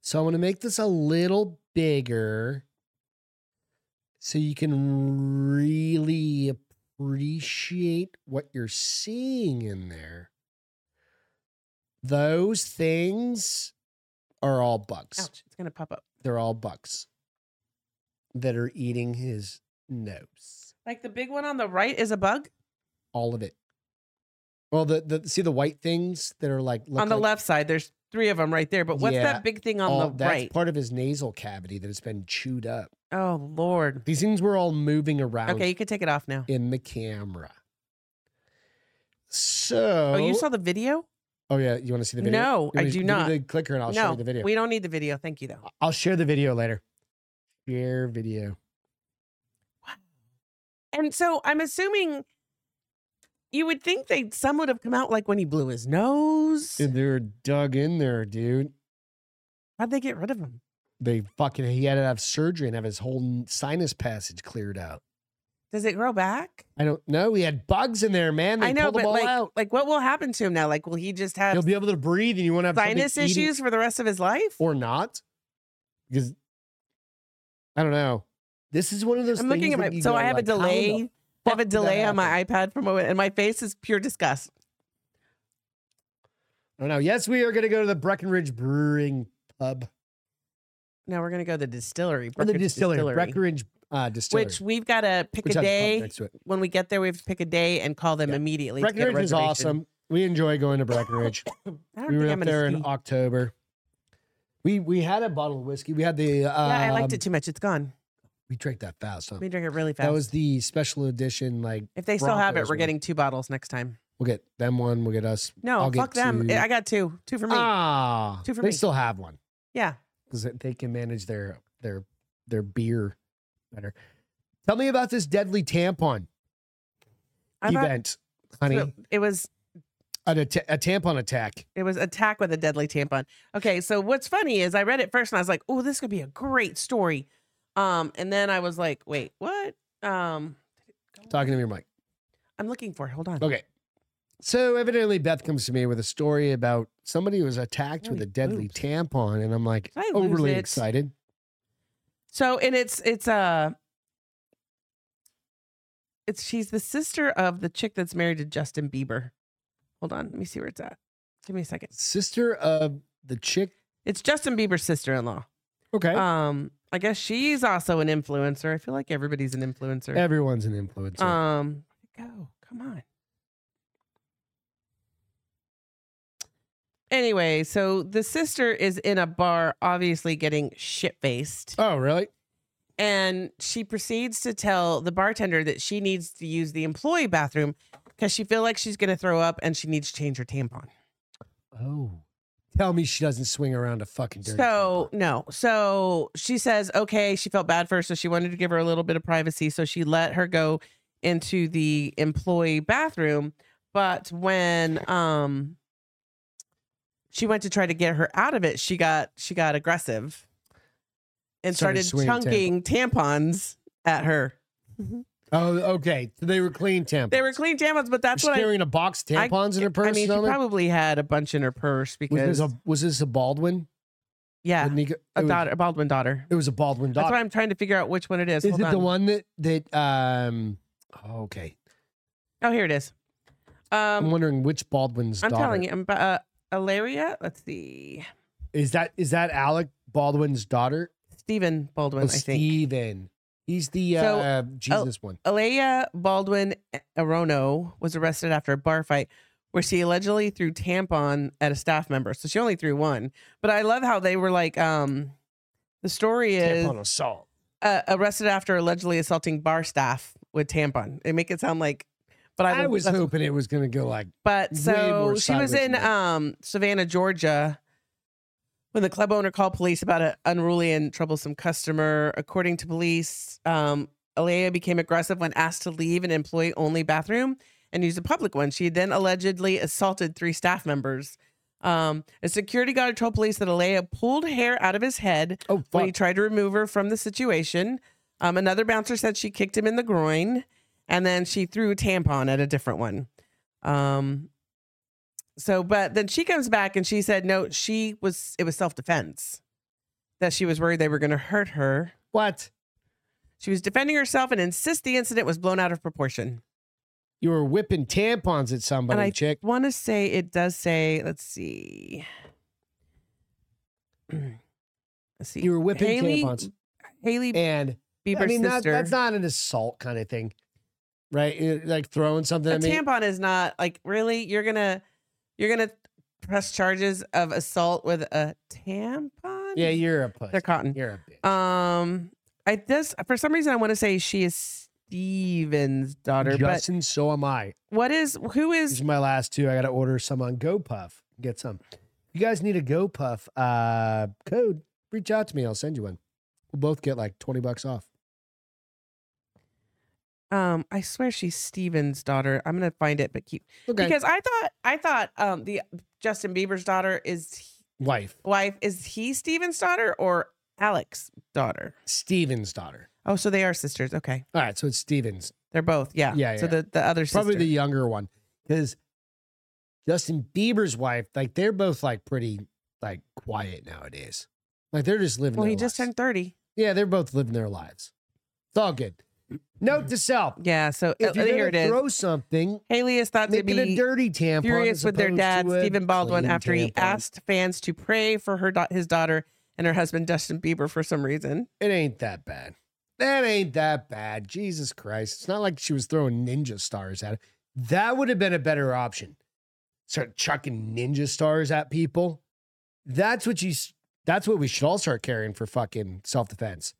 So I'm going to make this a little bigger so you can really appreciate what you're seeing in there. Those things are all bugs. Ouch! It's gonna pop up They're all bugs that are eating his nose. like the big one on the right is a bug all of it. Well, the, the see the white things that are like look on the like- left side. There's three of them right there. But what's Yeah, that big thing on all- the that's right? part of his nasal cavity that has been chewed up. oh Lord. These things were all moving around Okay, you can take it off now. in the camera. So, Oh, you saw the video? Oh yeah, you want to see the video? No, You wanna I sh- do give me not. the clicker, and I'll show no, you the video. we don't need the video. Thank you though. I'll share the video later. Share video. And so I'm assuming you would think they some would have come out like when he blew his nose. Dude, they were dug in there, dude. How'd they get rid of him? They fucking he had to have surgery and have his whole sinus passage cleared out. Does it grow back? I don't know. He had bugs in there, man. They I know, pulled but them all like, out. like, what will happen to him now? Like, will he just He'll have be able to breathe, and you want to have something sinus eating- issues for the rest of his life? or not? Because I don't know. This is one of those. I'm looking things at that my you so go I have a like, how in the delay. I fuck have a did that delay happen? on my iPad for a moment, and my face is pure disgust. I don't know. Yes, we are going to go to the Breckenridge Brewing Pub Now we're gonna go to the distillery, or Oh, the Brooker's distillery, Breckenridge uh, Distillery, which we've got to pick which a has pub day. next to it. When we get there, we have to pick a day and call them Yeah. immediately. to get a Breckenridge is reservation. awesome. We enjoy going to Breckenridge. I don't we were think up I'm there gonna in ski. October. We we had a bottle of whiskey. We had the um, yeah, I liked it too much. It's gone. We drank that fast. Huh? We drink it really fast. That was the special edition. Like if they still have it, Broncos we're one. getting two bottles next time. we'll get them one. We'll get us. No, I'll get fuck them. two. I got two, two for me. Ah, Two for they me. still have one. yeah, because they can manage their their their beer better. Tell me about this deadly tampon I thought- event, honey. so it was An atta- a tampon attack. it was attack with a deadly tampon. Okay, so what's funny is I read it first and I was like, "Oh, this could be a great story," um, and then I was like, "Wait, what?" Um, Talking to your mic. I'm looking for. it. Hold on. Okay. So evidently, Beth comes to me with a story about somebody who was attacked with Holy a deadly boobs. tampon, and I'm like Did I lose overly it? excited. So, and it's it's uh it's she's the sister of the chick that's married to Justin Bieber. Hold on, let me see where it's at. Give me a second. Sister of the chick. Uh, It's Justin Bieber's sister-in-law. Okay. Um, I guess she's also an influencer. I feel like everybody's an influencer. Everyone's an influencer. Um, where'd it go? Come on. Anyway, so the sister is in a bar, obviously getting shit faced, oh, really? and she proceeds to tell the bartender that she needs to use the employee bathroom because she feel like she's gonna throw up and she needs to change her tampon. Oh. Tell me she doesn't swing around a fucking dirty. So no, so she says okay. She felt bad for her, so she wanted to give her a little bit of privacy. So she let her go into the employee bathroom, but when um she went to try to get her out of it, she got she got aggressive and Started started, swinging chunking tampons at her. tampon. Oh, okay. So they were clean tampons. They were clean tampons, but that's She's what I. carrying a box of I- tampons in her purse. I mean, and she all that? probably had a bunch in her purse was this because a was this a Baldwin? yeah, Didn't he go- it, a was, daughter, a Baldwin daughter. it was a Baldwin That's why daughter. I'm trying to figure out which one it is. Is Hold it on. the one that that um? oh, okay, Oh, here it is. I'm Um, wondering which Baldwin's I'm daughter. telling you, I'm, bu- uh, Ilaria. Let's see, Is that is that Alec Baldwin's daughter? Stephen Baldwin. Oh, I think Steven. He's the So, oh, uh, Jesus one. Alea Baldwin Arono was arrested after a bar fight where she allegedly threw tampon at a staff member. So she only threw one, but I love how they were like, um, the story is Tampon assault. uh, arrested after allegedly assaulting bar staff with tampon. They make it sound like, but I, I love- was that's- hoping it was going to go like But Way so more she was sideways in than um, Savannah, Georgia, when the club owner called police about an unruly and troublesome customer. According to police, um, Alea became aggressive when asked to leave an employee only bathroom and use a public one. She then allegedly assaulted three staff members. Um, a security guard told police that Alea pulled hair out of his head oh when he fuck. tried to remove her from the situation. Um, another bouncer said she kicked him in the groin, and then she threw a tampon at a different one. Um, so, but then she comes back and she said, no, she was it was self defense. That she was worried they were going to hurt her. What? She was defending herself and insists the incident was blown out of proportion. You were whipping tampons at somebody, I- chick. want to say it does say. Let's see. let's see. You were whipping Haley, tampons, Haley and Bieber's I mean that, sister. that's not an assault kind of thing, right? It- like throwing something. a at me. tampon is not like really you're gonna you're gonna press charges of assault with a tampon Yeah, you're a puss. they're cotton You're a bitch. um i does for some reason i want to say she is steven's daughter Justin, so am I. but what is who These is are my last two. I got to order some on GoPuff. Get some. You guys need a GoPuff uh, code? Reach out to me. I'll send you one. We'll both get like twenty bucks off. Um, I swear she's Steven's daughter. I'm gonna find it, but keep Okay. because I thought I thought um the Justin Bieber's daughter is he- Wife, wife is he Steven's daughter or Alex's daughter? Steven's daughter. Oh, so they are sisters. Okay, All right, so it's Steven's. they're both. Yeah, Yeah, So yeah. the the other sister. Probably the younger one. Because Justin Bieber's wife, like they're both like pretty like quiet nowadays. Like they're just living well, their he just lives. turned thirty. Yeah, they're both living their lives. It's all good. Note to self. Yeah. So uh, If you're here it gonna is. throw something, Haley is thought to make it a be dirty tampon. furious as with their opposed dad, to a Stephen Baldwin, clean after he tampon. asked fans to pray for her da- his daughter and her husband Justin Bieber for some reason. It ain't that bad. That ain't that bad. Jesus Christ. It's not like she was throwing ninja stars at it. That would have been a better option. Start chucking ninja stars at people. That's what you s- that's what we should all start carrying for fucking self-defense.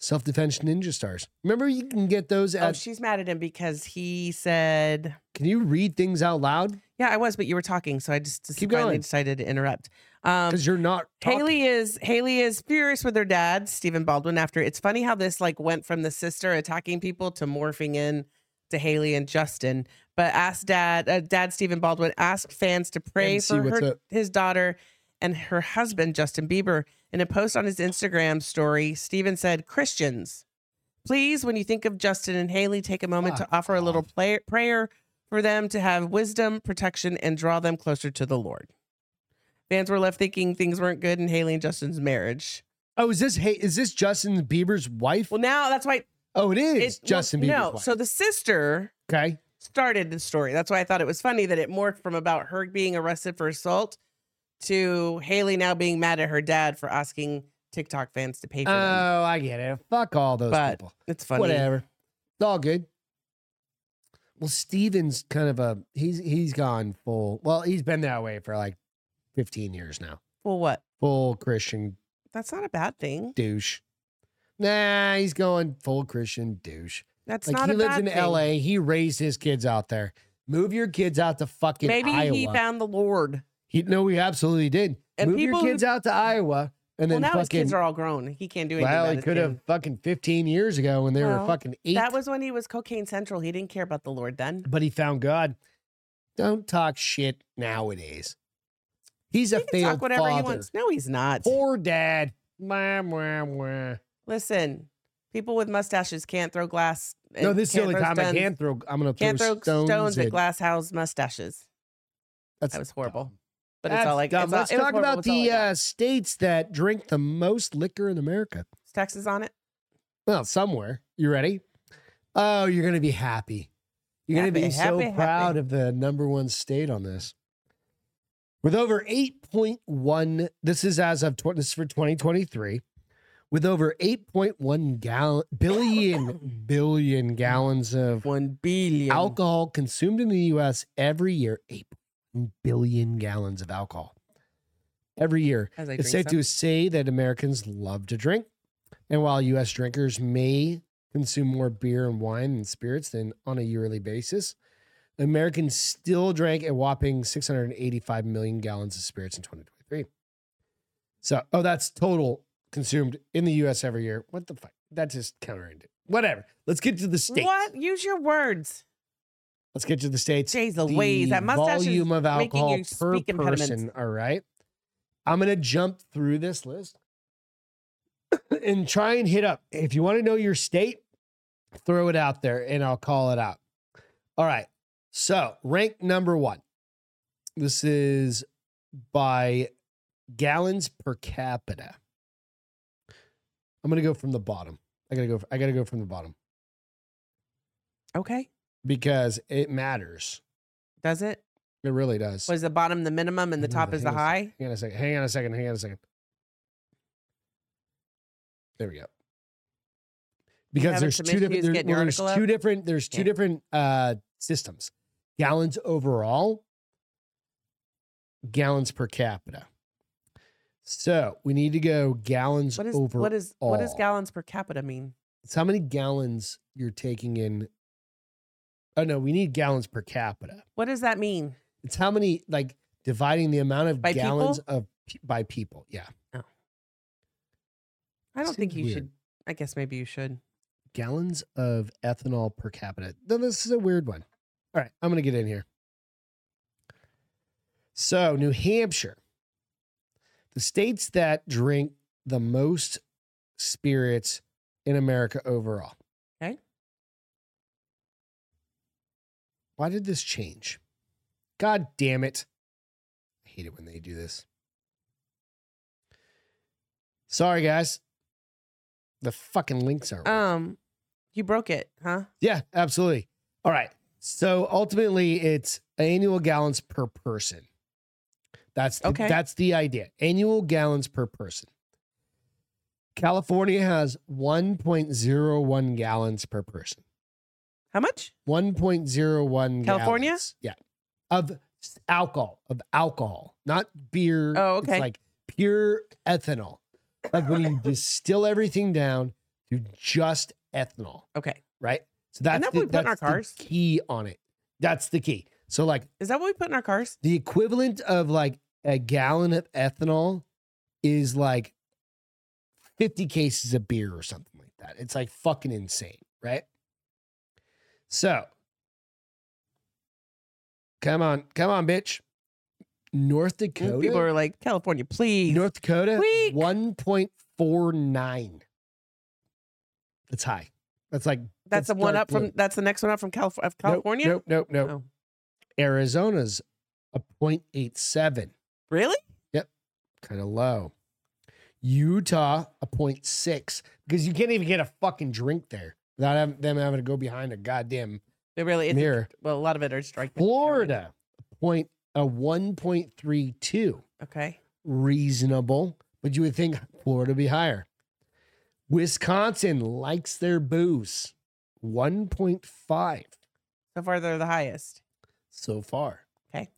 Self-defense ninja stars. Remember you can get those Oh, at she's mad at him because he said, Can you read things out loud? "Yeah, I was, but you were talking, so I just, just Keep finally going. decided to interrupt." Um, Because you're not talking. Haley is Haley is furious with her dad, Stephen Baldwin. After it's funny how this like went from the sister attacking people to morphing in to Haley and Justin. But asked dad, uh, dad Stephen Baldwin asked fans to pray And see for what's her, up. his daughter and her husband Justin Bieber. In a post on his Instagram story, Stephen said, "Christians, please, when you think of Justin and Haley, take a moment Fuck to offer a little off. play- prayer for them to have wisdom, protection, and draw them closer to the Lord." Fans were left thinking things weren't good in Haley and Justin's marriage. Oh, is this hey is this Justin Bieber's wife? Well, now that's why Oh, it is well, Justin Bieber's No, wife. so the sister okay. started the story. That's why I thought it was funny that it morphed from about her being arrested for assault to Haley now being mad at her dad for asking TikTok fans to pay for Oh, them. I get it. Fuck all those But- people. It's funny. Whatever. It's all good. Well, Steven's kind of a he's he's gone full. Well, he's been that way for like 15 years now. Well, what? Full Christian That's not a bad thing. douche. Nah, he's going full Christian douche. That's like not he a lives bad in thing. LA. He raised his kids out there. Move your kids out to fucking Maybe Iowa. he found the Lord. He- no, we absolutely did. And Move your people who- kids out to Iowa and Well, then now his fucking kids are all grown. He can't do anything. Well, about he his could have kid. fucking 15 years ago when they were Well, fucking 8. That was when he was cocaine central. He didn't care about the Lord then. but he found God. Don't talk shit nowadays. He's a He can failed talk whatever father. he wants. No, he's not. Poor dad. Wah, wah, wah. Listen, people with mustaches can't throw glass. No, and this is the can't only throw time stones- I can throw. I'm gonna throw, Can't throw stones, at at- glass house mustaches. That's That was horrible. dumb. But That's it's all like dumb. it's all- Let's it was talk horrible. about It's all I the got. uh, states that drink the most liquor in America. Is taxes on it. Well, somewhere. You ready? Oh, you're gonna be happy. You're gonna Happy, be so happy, proud happy. of the number one state on this. With over 8.1, this is as of tw- this is for 2023. With over 8.1 gallon billion billion gallons of One billion. alcohol consumed in the U.S. every year, 8 billion gallons of alcohol every year. As I It's drink safe some. to say that Americans love to drink. And while U.S. drinkers may consume more beer and wine and spirits than on a yearly basis, Americans still drank a whopping 685 million gallons of spirits in 2023. So, oh, that's total consumed in the U.S. every year. What the fuck? That's just counterintuitive. Whatever. Let's get to the states. What? Use your words. Let's get to the states. Jeez Louise, that mustache is volume of making alcohol you per speak impediments. person. All right, I'm gonna jump through this list and try and hit up. If you want to know your state, throw it out there, and I'll call it out. All right. So rank number one. This is by gallons per capita. I'm gonna go from the bottom. I gotta go. I gotta go from the bottom Okay. because it matters. Does it? It really does. Was the bottom the minimum and the Ooh, top the is the hell is that? high? Hang on a second. Hang on a second. Hang on a second. There we go. Because having there's some two different issues there- getting well, your there's article two up? different there's two Yeah. different uh systems. Gallons overall, gallons per capita. So we need to go gallons What is overall. what is what does gallons per capita mean? It's how many gallons you're taking in. Oh no, we need gallons per capita. What does that mean? It's how many like dividing the amount of By gallons of pe- by people. Yeah. I don't Seems think you weird. should. I guess maybe you should. gallons of ethanol per capita. Now, this is a weird one. All right, I'm going to get in here. So, New Hampshire, the states that drink the most spirits in America overall. Okay. Why did this change? God damn it. I hate it when they do this. Sorry, guys. The fucking links aren't. working. Um, you broke it, huh? Yeah, absolutely. All right. So ultimately, it's annual gallons per person. That's the, Okay. that's the idea. Annual gallons per person. California has 1.01 gallons per person. How much? 1.01 California? gallons. Yeah. Of s- alcohol, of alcohol, not beer. Oh, It's okay. like pure ethanol. Like when you distill everything down to just ethanol Okay. right? So that's that the, what we put in our that's the cars? key on it. That's the key. So like Is that what we put in our cars? the equivalent of like a gallon of ethanol is like 50 cases of beer or something like that. It's like fucking insane, right? So come on, come on, bitch. North Dakota. People are like, California, please. North Dakota, Weak. 1.49. That's high. That's like that's the one dark up from blue. that's the next one up from Calif- Nope, of California. Nope, nope, nope. Oh. Arizona's a 0.87, Really? kind of low. Utah a 0.6 because you can't even get a fucking drink there without having, them having to go behind a goddamn It really is. mirror. Well, a lot of it are strike. Florida a point a 1.32, Okay. reasonable, but you would think Florida would be higher. Wisconsin likes their booze, 1.5 So far, they're the highest. so far. Okay.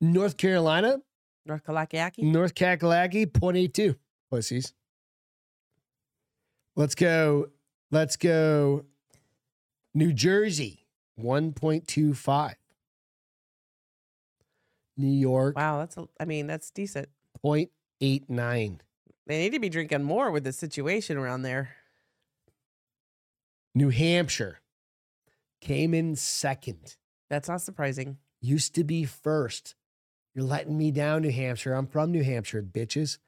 North Carolina North Kalakiaki. North Kakalaki, 0.82. Pussies. Let's go. Let's go. New Jersey, 1.25. New York, Wow, that's. A, I mean, that's decent. 0.89. They need to be drinking more with the situation around there. New Hampshire came in second, That's not surprising. used to be first. You're letting me down, New Hampshire. I'm from New Hampshire, bitches.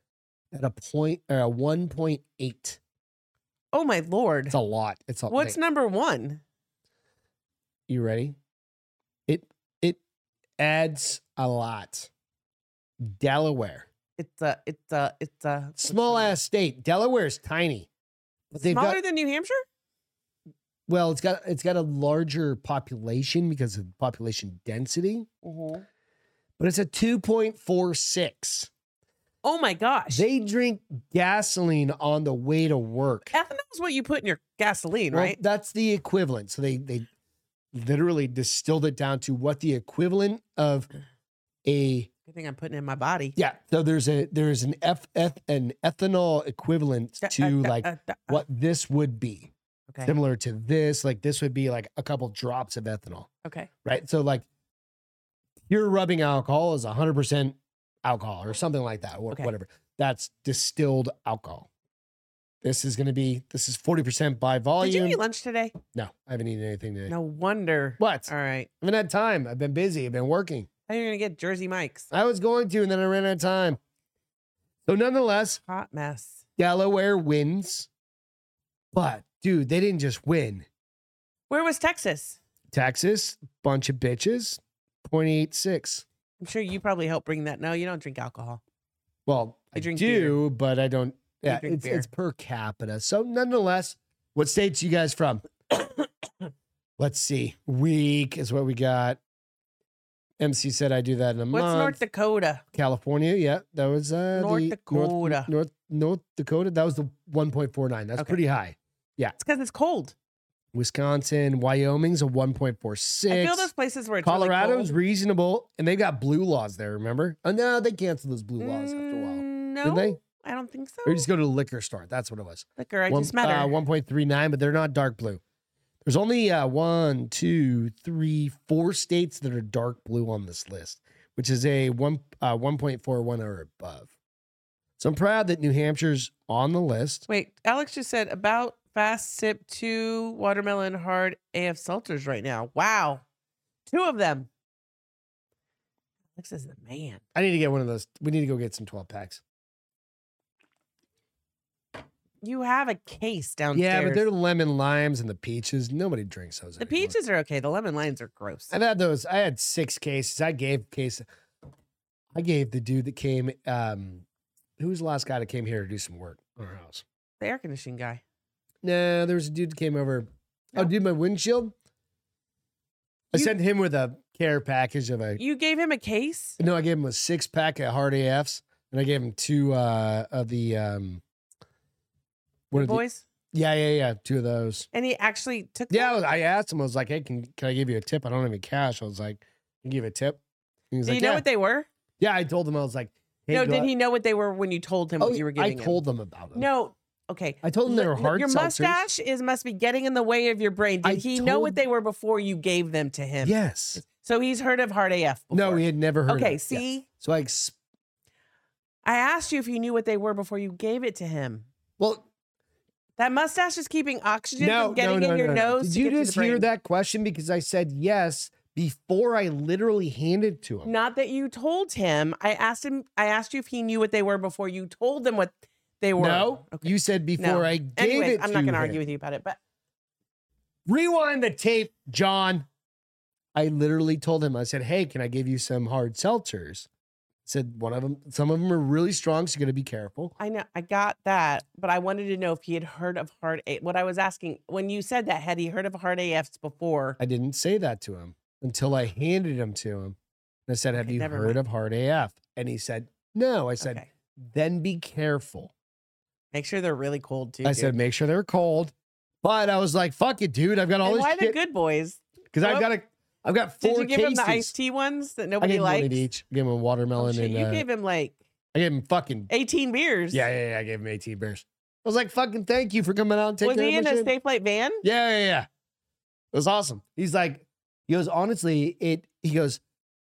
At a point or a 1.8. It's Oh my lord! a lot. It's a What's number one? You ready? It it adds a lot. Delaware, It's a. It's a. It's a what's small the- ass state. Delaware is tiny, but they've Smaller got than New Hampshire. well, it's got it's got a larger population because of population density, but it's a two point four six. Oh my gosh! They drink gasoline on the way to work. Ethanol is what you put in your gasoline, Well, right? that's the equivalent. So they they literally distilled it down to what the equivalent of a Good thing I'm putting it in my body. Yeah. So there's a there's an F, F an ethanol equivalent Da- to uh, da- like uh, da- uh, what this would be Okay. similar to this. Like this would be like a couple drops of ethanol, Okay. right? So like pure rubbing alcohol is 100 percent alcohol or something like that, or Okay. whatever. That's distilled alcohol. This is going to be this is 40 percent by volume. Did you eat lunch today? no, I haven't eaten anything today. No wonder. What? All right. I haven't had time. I've been busy. I've been working. How are you gonna get Jersey Mike's? I was going to, and then I ran out of time. So nonetheless, Hot mess. Delaware wins. But dude, they didn't just win. Where was Texas? Texas, bunch of bitches, 0.86. I'm sure you probably helped bring that. No, you don't drink alcohol. Well, I They drink do, but I don't. They Yeah, drink it's, it's per capita. So nonetheless, what states you guys from? Let's see. Week is what we got. MC said I do that in a What's month. North Dakota? California, yeah, that was uh, North the Dakota. North, North North Dakota. That was the one point four nine. That's Okay. pretty high. It's because it's cold. Wisconsin, Wyoming's a one point four I six. feel those places where it's really Colorado's cold. reasonable, and they've got blue laws there. Remember? Oh, no, they canceled those blue laws after a while. Mm, No, Did they? I don't think so. Or you just go to the liquor store. That's what it was. Liquor, I One- just met her. Uh, one point three nine, but they're not dark blue. There's only uh, one, two, three, four states that are dark blue on this list, which is a one uh, one point four one or above. So I'm proud that New Hampshire's on the list. Wait, Alex just said about fast sip two watermelon hard AF seltzers right now. Wow. Two of them. Alex is the man. I need to get one of those. We need to go get some 12 packs. You have a case downstairs. Yeah, but they're lemon limes and the peaches. Nobody drinks those. the anymore. peaches are okay. The lemon lines are gross. I've had those. I had six cases. I gave case. I gave the dude that came. Um, who was the last guy that came here to do some work on our house? The air conditioning guy. No, there was a dude that came over. Oh, No. dude, my windshield. I You- sent him with a care package of a. You gave him a case? No, I gave him a six pack of hard AFs, and I gave him two uh, of the. Um, what are the- Boys? Yeah, yeah, yeah. Two of those. And he actually took Yeah, I them? was- I asked him. I was like, "Hey, can can I give you a tip? I don't have any cash." I was like, "Can you give a tip?" And he was Do like, you know "Yeah." what they were? Yeah, I told him I was like, hey, no, do did I- he know what they were when you told him Oh, what you were giving I him? told them about them. No. Okay. I told them they Look, were look, hard Your seltzers. mustache is must be getting in the way of your brain. Did I he know told- what they were before you gave them to him? Yes. So he's heard of hard AF. Before. No, he had never heard. of Okay. it. Yeah. See, So I ex- I asked you if you knew what they were before you gave it to him. well, That mustache is keeping oxygen no, from no, getting no, in your no, no. nose. Did to you get to the just hear brain. that question? Because I said yes before I literally handed it to him. Not that you told him. I asked him. I asked you if he knew what they were before you told them what they were. No, Okay. you said before No. I gave Anyways, it. I'm to not going him. to argue with you about it. But Rewind the tape, John. I literally told him, I said, Hey, can I give you some hard seltzers? Said one of them, some of them are really strong, so you gotta be careful. I know I got that, but I wanted to know if he had heard of hard A. What I was asking when you said that, had he heard of hard AFs before? I didn't say that to him until I handed them to him. And I said, Have Okay, you never heard of hard AF? And he said, No. I said, okay. Then be careful. Make sure they're really cold too. I said, dude. Make sure they're cold. But I was like, Fuck it, dude. I've got all And why this the shit. good boys? Because I've Oh. got a, I've got Did four you give cases. him the iced tea ones that I nobody gave him one likes? of each. I gave him a Oh, watermelon shit, and you uh, gave him like I gave him fucking 18 beers. Yeah, yeah, yeah. I gave him 18 bears. I was like, fucking thank you for coming out and taking Was he care of in my a shit. safe flight van? Yeah, yeah, yeah. It was awesome. He's like, he goes, honestly, it, he goes,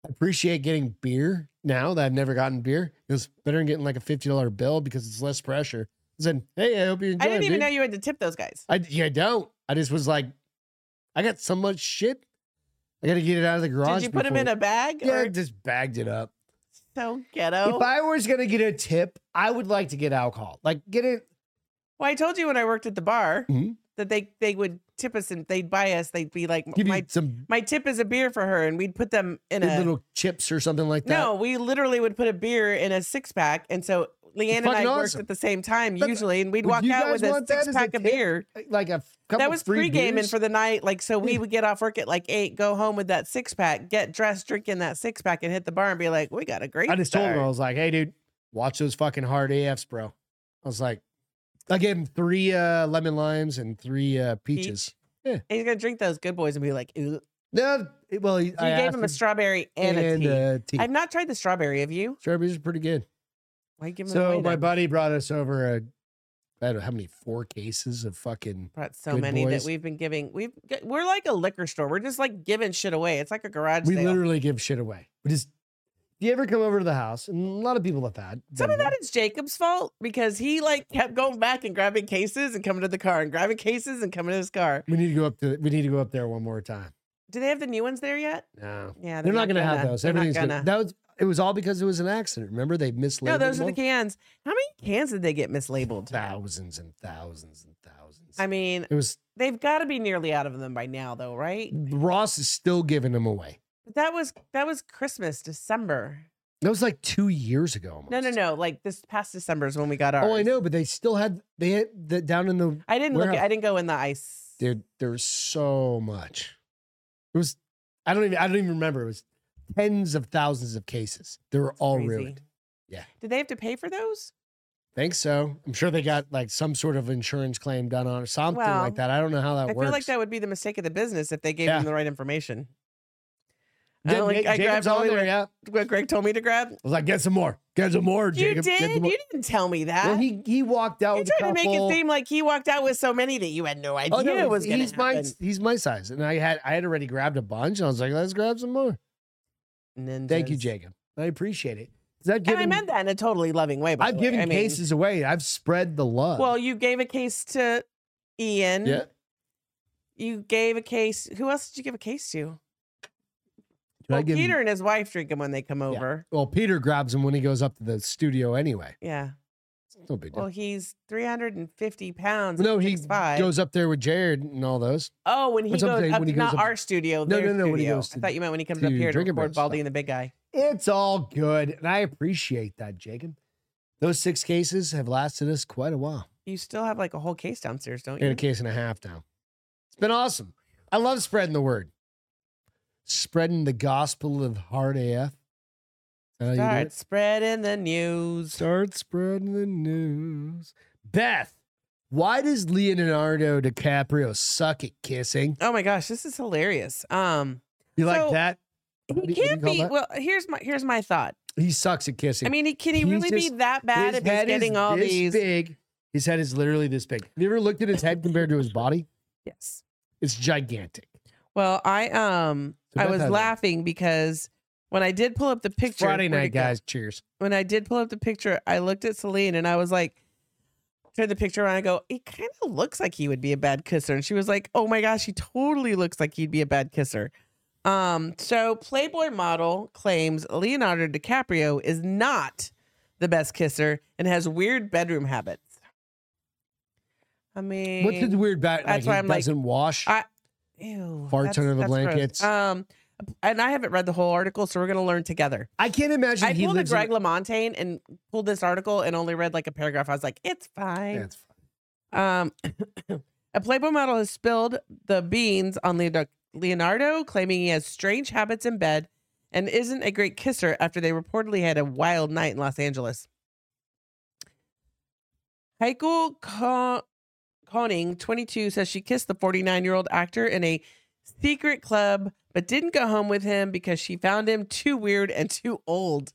I appreciate getting beer now that I've never gotten beer. It was better than getting like a $50 bill because it's less pressure. I said, hey, I hope you enjoy I didn't it, even dude." know you had to tip those guys. I, yeah, I don't. I just was like, I got so much shit. I got to get it out of the garage. Did you put him before- in a bag? Yeah, or- I just bagged it up. so ghetto. If I was going to get a tip, I would like to get alcohol. Like, get it. well, I told you when I worked at the bar Mhm. that they they would tip us and they'd buy us. They'd be like, Give my you some my tip is a beer for her, and we'd put them in With a little chips or something like that. no. We literally would put a beer in a six pack, and so Leanne and I fucking worked awesome. at the same time That's- usually, and we'd Would walk you out guys with a want that six as a pack of tip? beer. like a couple. That was free pre-gaming beers? for the night, like so we Yeah. would get off work at like eight, go home with that six pack, get dressed, drinking that six pack, and hit the bar and be like, "We got a great." I just told him I start." was like, "Hey, dude, watch those fucking hard AFs, bro." I was like, I gave him three uh, lemon limes and three uh, peaches. And he's gonna drink those good boys and be like, "Ooh." No, it- well, he, So you gave him a strawberry and, a tea. uh, tea. I've not tried the strawberry. Have you? Strawberries are pretty good. Why give him So away my then? buddy brought us over a. I don't know how many four cases of fucking. brought so Good many boys. that we've been giving. We've g- we're like a liquor store. We're just like giving shit away. It's like a garage We sale. literally give shit away. We just. If you ever come over to the house, and a lot of people have had Some done of that is Jacob's fault because he like kept going back and grabbing cases and coming to the car and grabbing cases and coming to his car. We need to go up to. We need to go up there one more time. Do they have the new ones there yet? No, Yeah, They're, not, going to have those. They're not Everything's gonna. gonna. That was. It was all because it was an accident. Remember, they mislabeled. No, those are the them cans. How many cans did they get all? mislabeled? thousands and thousands and thousands. I mean, it was they've got to be nearly out of them by now, though, right? Mm. Ross is still giving them away. But that was that was Christmas, December. That was like two years ago. Almost. No, no, no. Like this past December is when we got ours. Oh, I know, but they still had they had the, down in the I didn't look. Warehouse. I didn't go in the ice. dude. There was so much. It was. I don't even. I don't even remember. It was tens of thousands of cases. They were all Crazy. ruined. Yeah. Did they have to pay for those? Think so. I'm sure they got like some sort of insurance claim done on or something Well, like that. I don't know how that I works. feel like that would be the mistake of the business if they gave Yeah. them the right information. I Then don't like- Ja- I Jacob's grabbed all all there, the- yeah. I What Greg told me to grab. was like, get some more. Get some more, You Jacob. Get did. some more. You didn't tell me that. Well, he he walked out you with a tried to make couple- it seem like he walked out with so many that you had no idea Oh, no, was going he's to my happen. he's my size, and I had I had already grabbed a bunch, and I was like, let's grab some more. Ninjas. Thank you, Jacob. I appreciate it. 'Cause I've And given, I meant that in a totally loving way. By I've the way. given I mean, cases away. I've spread the love. Well, you gave a case to Ian. yeah. You gave a case. Who else did you give a case to? Did I Well, give- Peter and his wife drink them when they come over. Well, Peter grabs him when he goes up to the studio anyway. Yeah. No big deal. Well, he's 350 pounds. no, he five. goes up there with Jared and all those. Oh, when he What's goes I'm up, saying, when he goes not up- our studio. No, their no, no, when he studio. goes to- I thought you meant when he comes to up here to Drinking record Bros Baldy stuff. and the big guy. It's all good. And I appreciate that, Jacob. Those six cases have lasted us quite a while. You still have like a whole case downstairs, don't In you? a case and a half now. It's been awesome. I love spreading the word. Spreading the gospel of hard AF. How uh, you do Start it? spreading the news. Start spreading the news. Beth, why does Leonardo DiCaprio suck at kissing? Oh my gosh, this is hilarious. Um, You like So- that? What do he you- what do you can't call be. that? Well, here's my here's my thought. He sucks at kissing. I mean, he, can he he's really be just- that bad his if he's head getting is all this these? big. His head is literally this big. Have you ever looked at his head compared to his body? Yes. It's gigantic. Well, I um So I Beth was had a- laughing because when I did pull up the picture Friday where'd it night, go? guys. Cheers. when I did pull up the picture, I looked at Celine and I was like, turned the picture around. I go, he kind of looks like he would be a bad kisser. And she was like, oh my gosh, he totally looks like he'd be a bad kisser. Um, so Playboy model claims Leonardo DiCaprio is not the best kisser and has weird bedroom habits. I mean, What's the weird back? that's like, why he I'm like, doesn't wash. I- ew, farts that's- under the that's gross. blankets? Um, and I haven't read the whole article, so we're gonna learn together. I can't imagine I he pulled a lives. Greg LaMontagne and pulled this article and only read like a paragraph. I was like, it's in, fine. That's fine. Um, a Playboy model has spilled the beans on Leonardo, Leonardo, claiming he has strange habits in bed and isn't a great kisser after they reportedly had a wild night in Los Angeles. Heiko Ko- Koning, 22, says she kissed the 49 year old actor in a secret club, but didn't go home with him because she found him too weird and too old.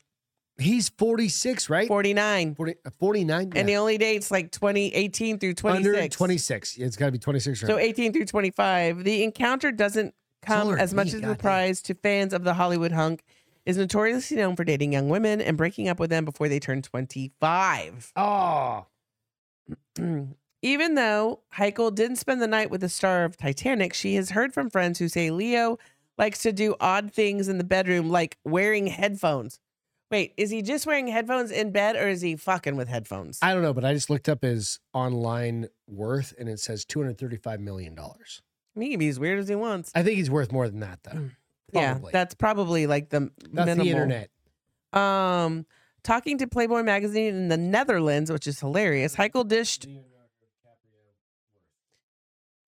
He's 46, right? 49. 40, uh, 49. And he yeah. only dates like 20, 18 through Under 26. 26. Yeah, It's got to be 26. Right? So 18 through 25. The encounter doesn't Taller come as than me, much as a goddamn. surprise to fans of the Hollywood hunk, is notoriously known for dating young women and breaking up with them before they turn 25. oh, Even though Heichel didn't spend the night with the star of Titanic, she has heard from friends who say Leo likes to do odd things in the bedroom, like wearing headphones. Wait, is he just wearing headphones in bed or is he fucking with headphones? I don't know, but I just looked up his online worth and it says $235 million. he can be as weird as he wants. I think he's worth more than that, though. Mm. Yeah, Probably. that's probably like the That's minimal. the internet. Um, talking to Playboy magazine in the Netherlands, which is hilarious. Heichel dished.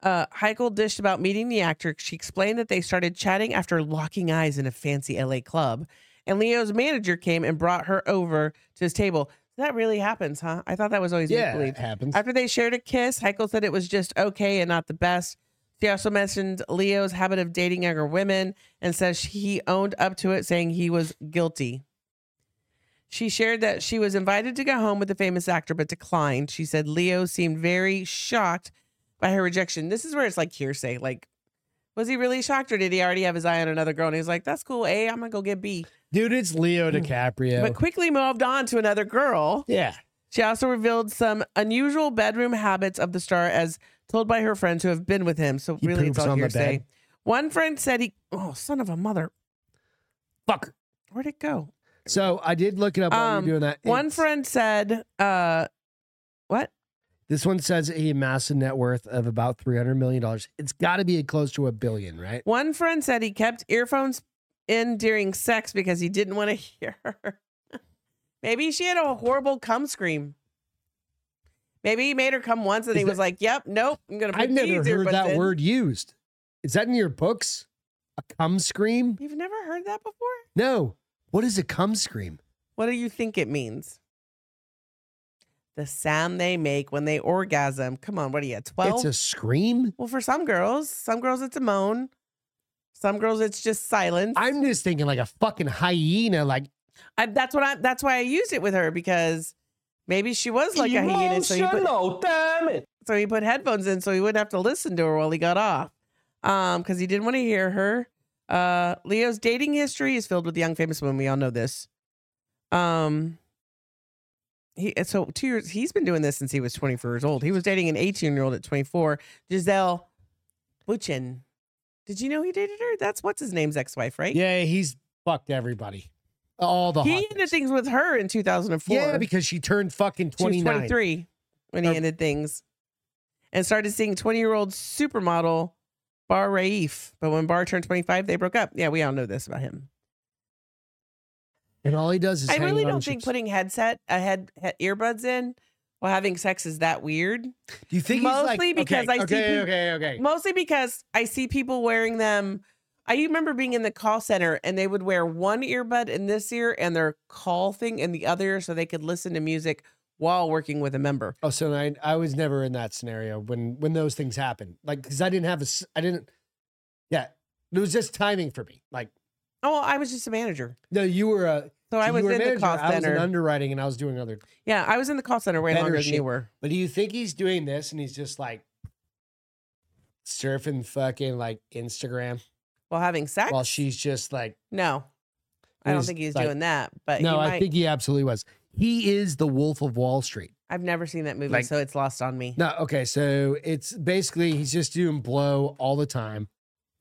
Uh, Heichel dished about meeting the actor. She explained that they started chatting after locking eyes in a fancy LA club, and Leo's manager came and brought her over to his table. That really happens, huh? I thought that was always make Yeah, believe. it happens. After they shared a kiss, Heichel said it was just okay and not the best. She also mentioned Leo's habit of dating younger women and says he owned up to it, saying he was guilty. She shared that she was invited to go home with the famous actor but declined. She said Leo seemed very shocked by her rejection. This is where it's like hearsay. Like, was he really shocked or did he already have his eye on another girl? And he was like, that's cool. A, I'm going to go get B. Dude, it's Leo DiCaprio. Mm. But quickly moved on to another girl. yeah. She also revealed some unusual bedroom habits of the star, as told by her friends who have been with him. So He really, it's poops all on the hearsay. bed. One friend said he, oh, son of a mother, Fucker. where'd it go? So I did look it up while Um, you were doing that. One It's- friend said, uh, what? This one says a massive net worth of about three hundred million dollars. It's got to be close to a billion, right? One friend said he kept earphones in during sex because he didn't want to hear her. Maybe she had a horrible cum scream. Maybe he made her come once and Is he that- was like, yep, nope, I'm going to put I've never these heard earbuds that in." word used. Is that in your books? A cum scream? You've never heard that before? No. What is a cum scream? What do you think it means? The sound they make when they orgasm. Come on, what are you, 12? it's a scream. well, for some girls, some girls it's a moan. Some girls it's just silence. I'm just thinking like a fucking hyena. Like I, that's what I that's why I used it with her because maybe she was like a hyena. So he, put, damn it. so he put headphones in so he wouldn't have to listen to her while he got off. Um, because he didn't want to hear her. Uh Leo's dating history is filled with young famous women. We all know this. Um, he so two years. He's been doing this since he was 24 years old. He was dating an 18 year old at 24, Giselle Buchan. Did you know he dated her? That's what's his name's ex wife, right? Yeah, he's fucked everybody. All the hot He ended chicks. things with her in 2004. Yeah, because she turned fucking She was 29. 23 when he Or- ended things and started seeing 20 year old supermodel Bar Raif. But when Bar turned 25, they broke up. Yeah, we all know this about him. And all he does is I hang really out don't and think shit. putting headset a head, he- earbuds in while having sex is that weird. Do you think he's like- mostly because okay, I see okay, peop- okay, okay. Mostly because I see people wearing them. I remember being in the call center and they would wear one earbud in this ear and their call thing in the other ear so they could listen to music while working with a member. Oh, so I I was never in that scenario when when those things happen. Like because I didn't have a s- I didn't. Yeah, it was just timing for me. Like Oh, I was just a manager. no, you were a So I you was were a in the manager, call I was in center. underwriting and I was doing other. Yeah, I was in the call center way Better longer than shit. you were. But do you think he's doing this and he's just like surfing fucking like Instagram While having sex? while she's just like no. I don't He's think he's like- doing that, but no, Uh, he might. I think he absolutely was. He is the Wolf of Wall Street. I've never seen that movie, like- so it's lost on me. No, okay, so it's basically he's just doing blow all the time.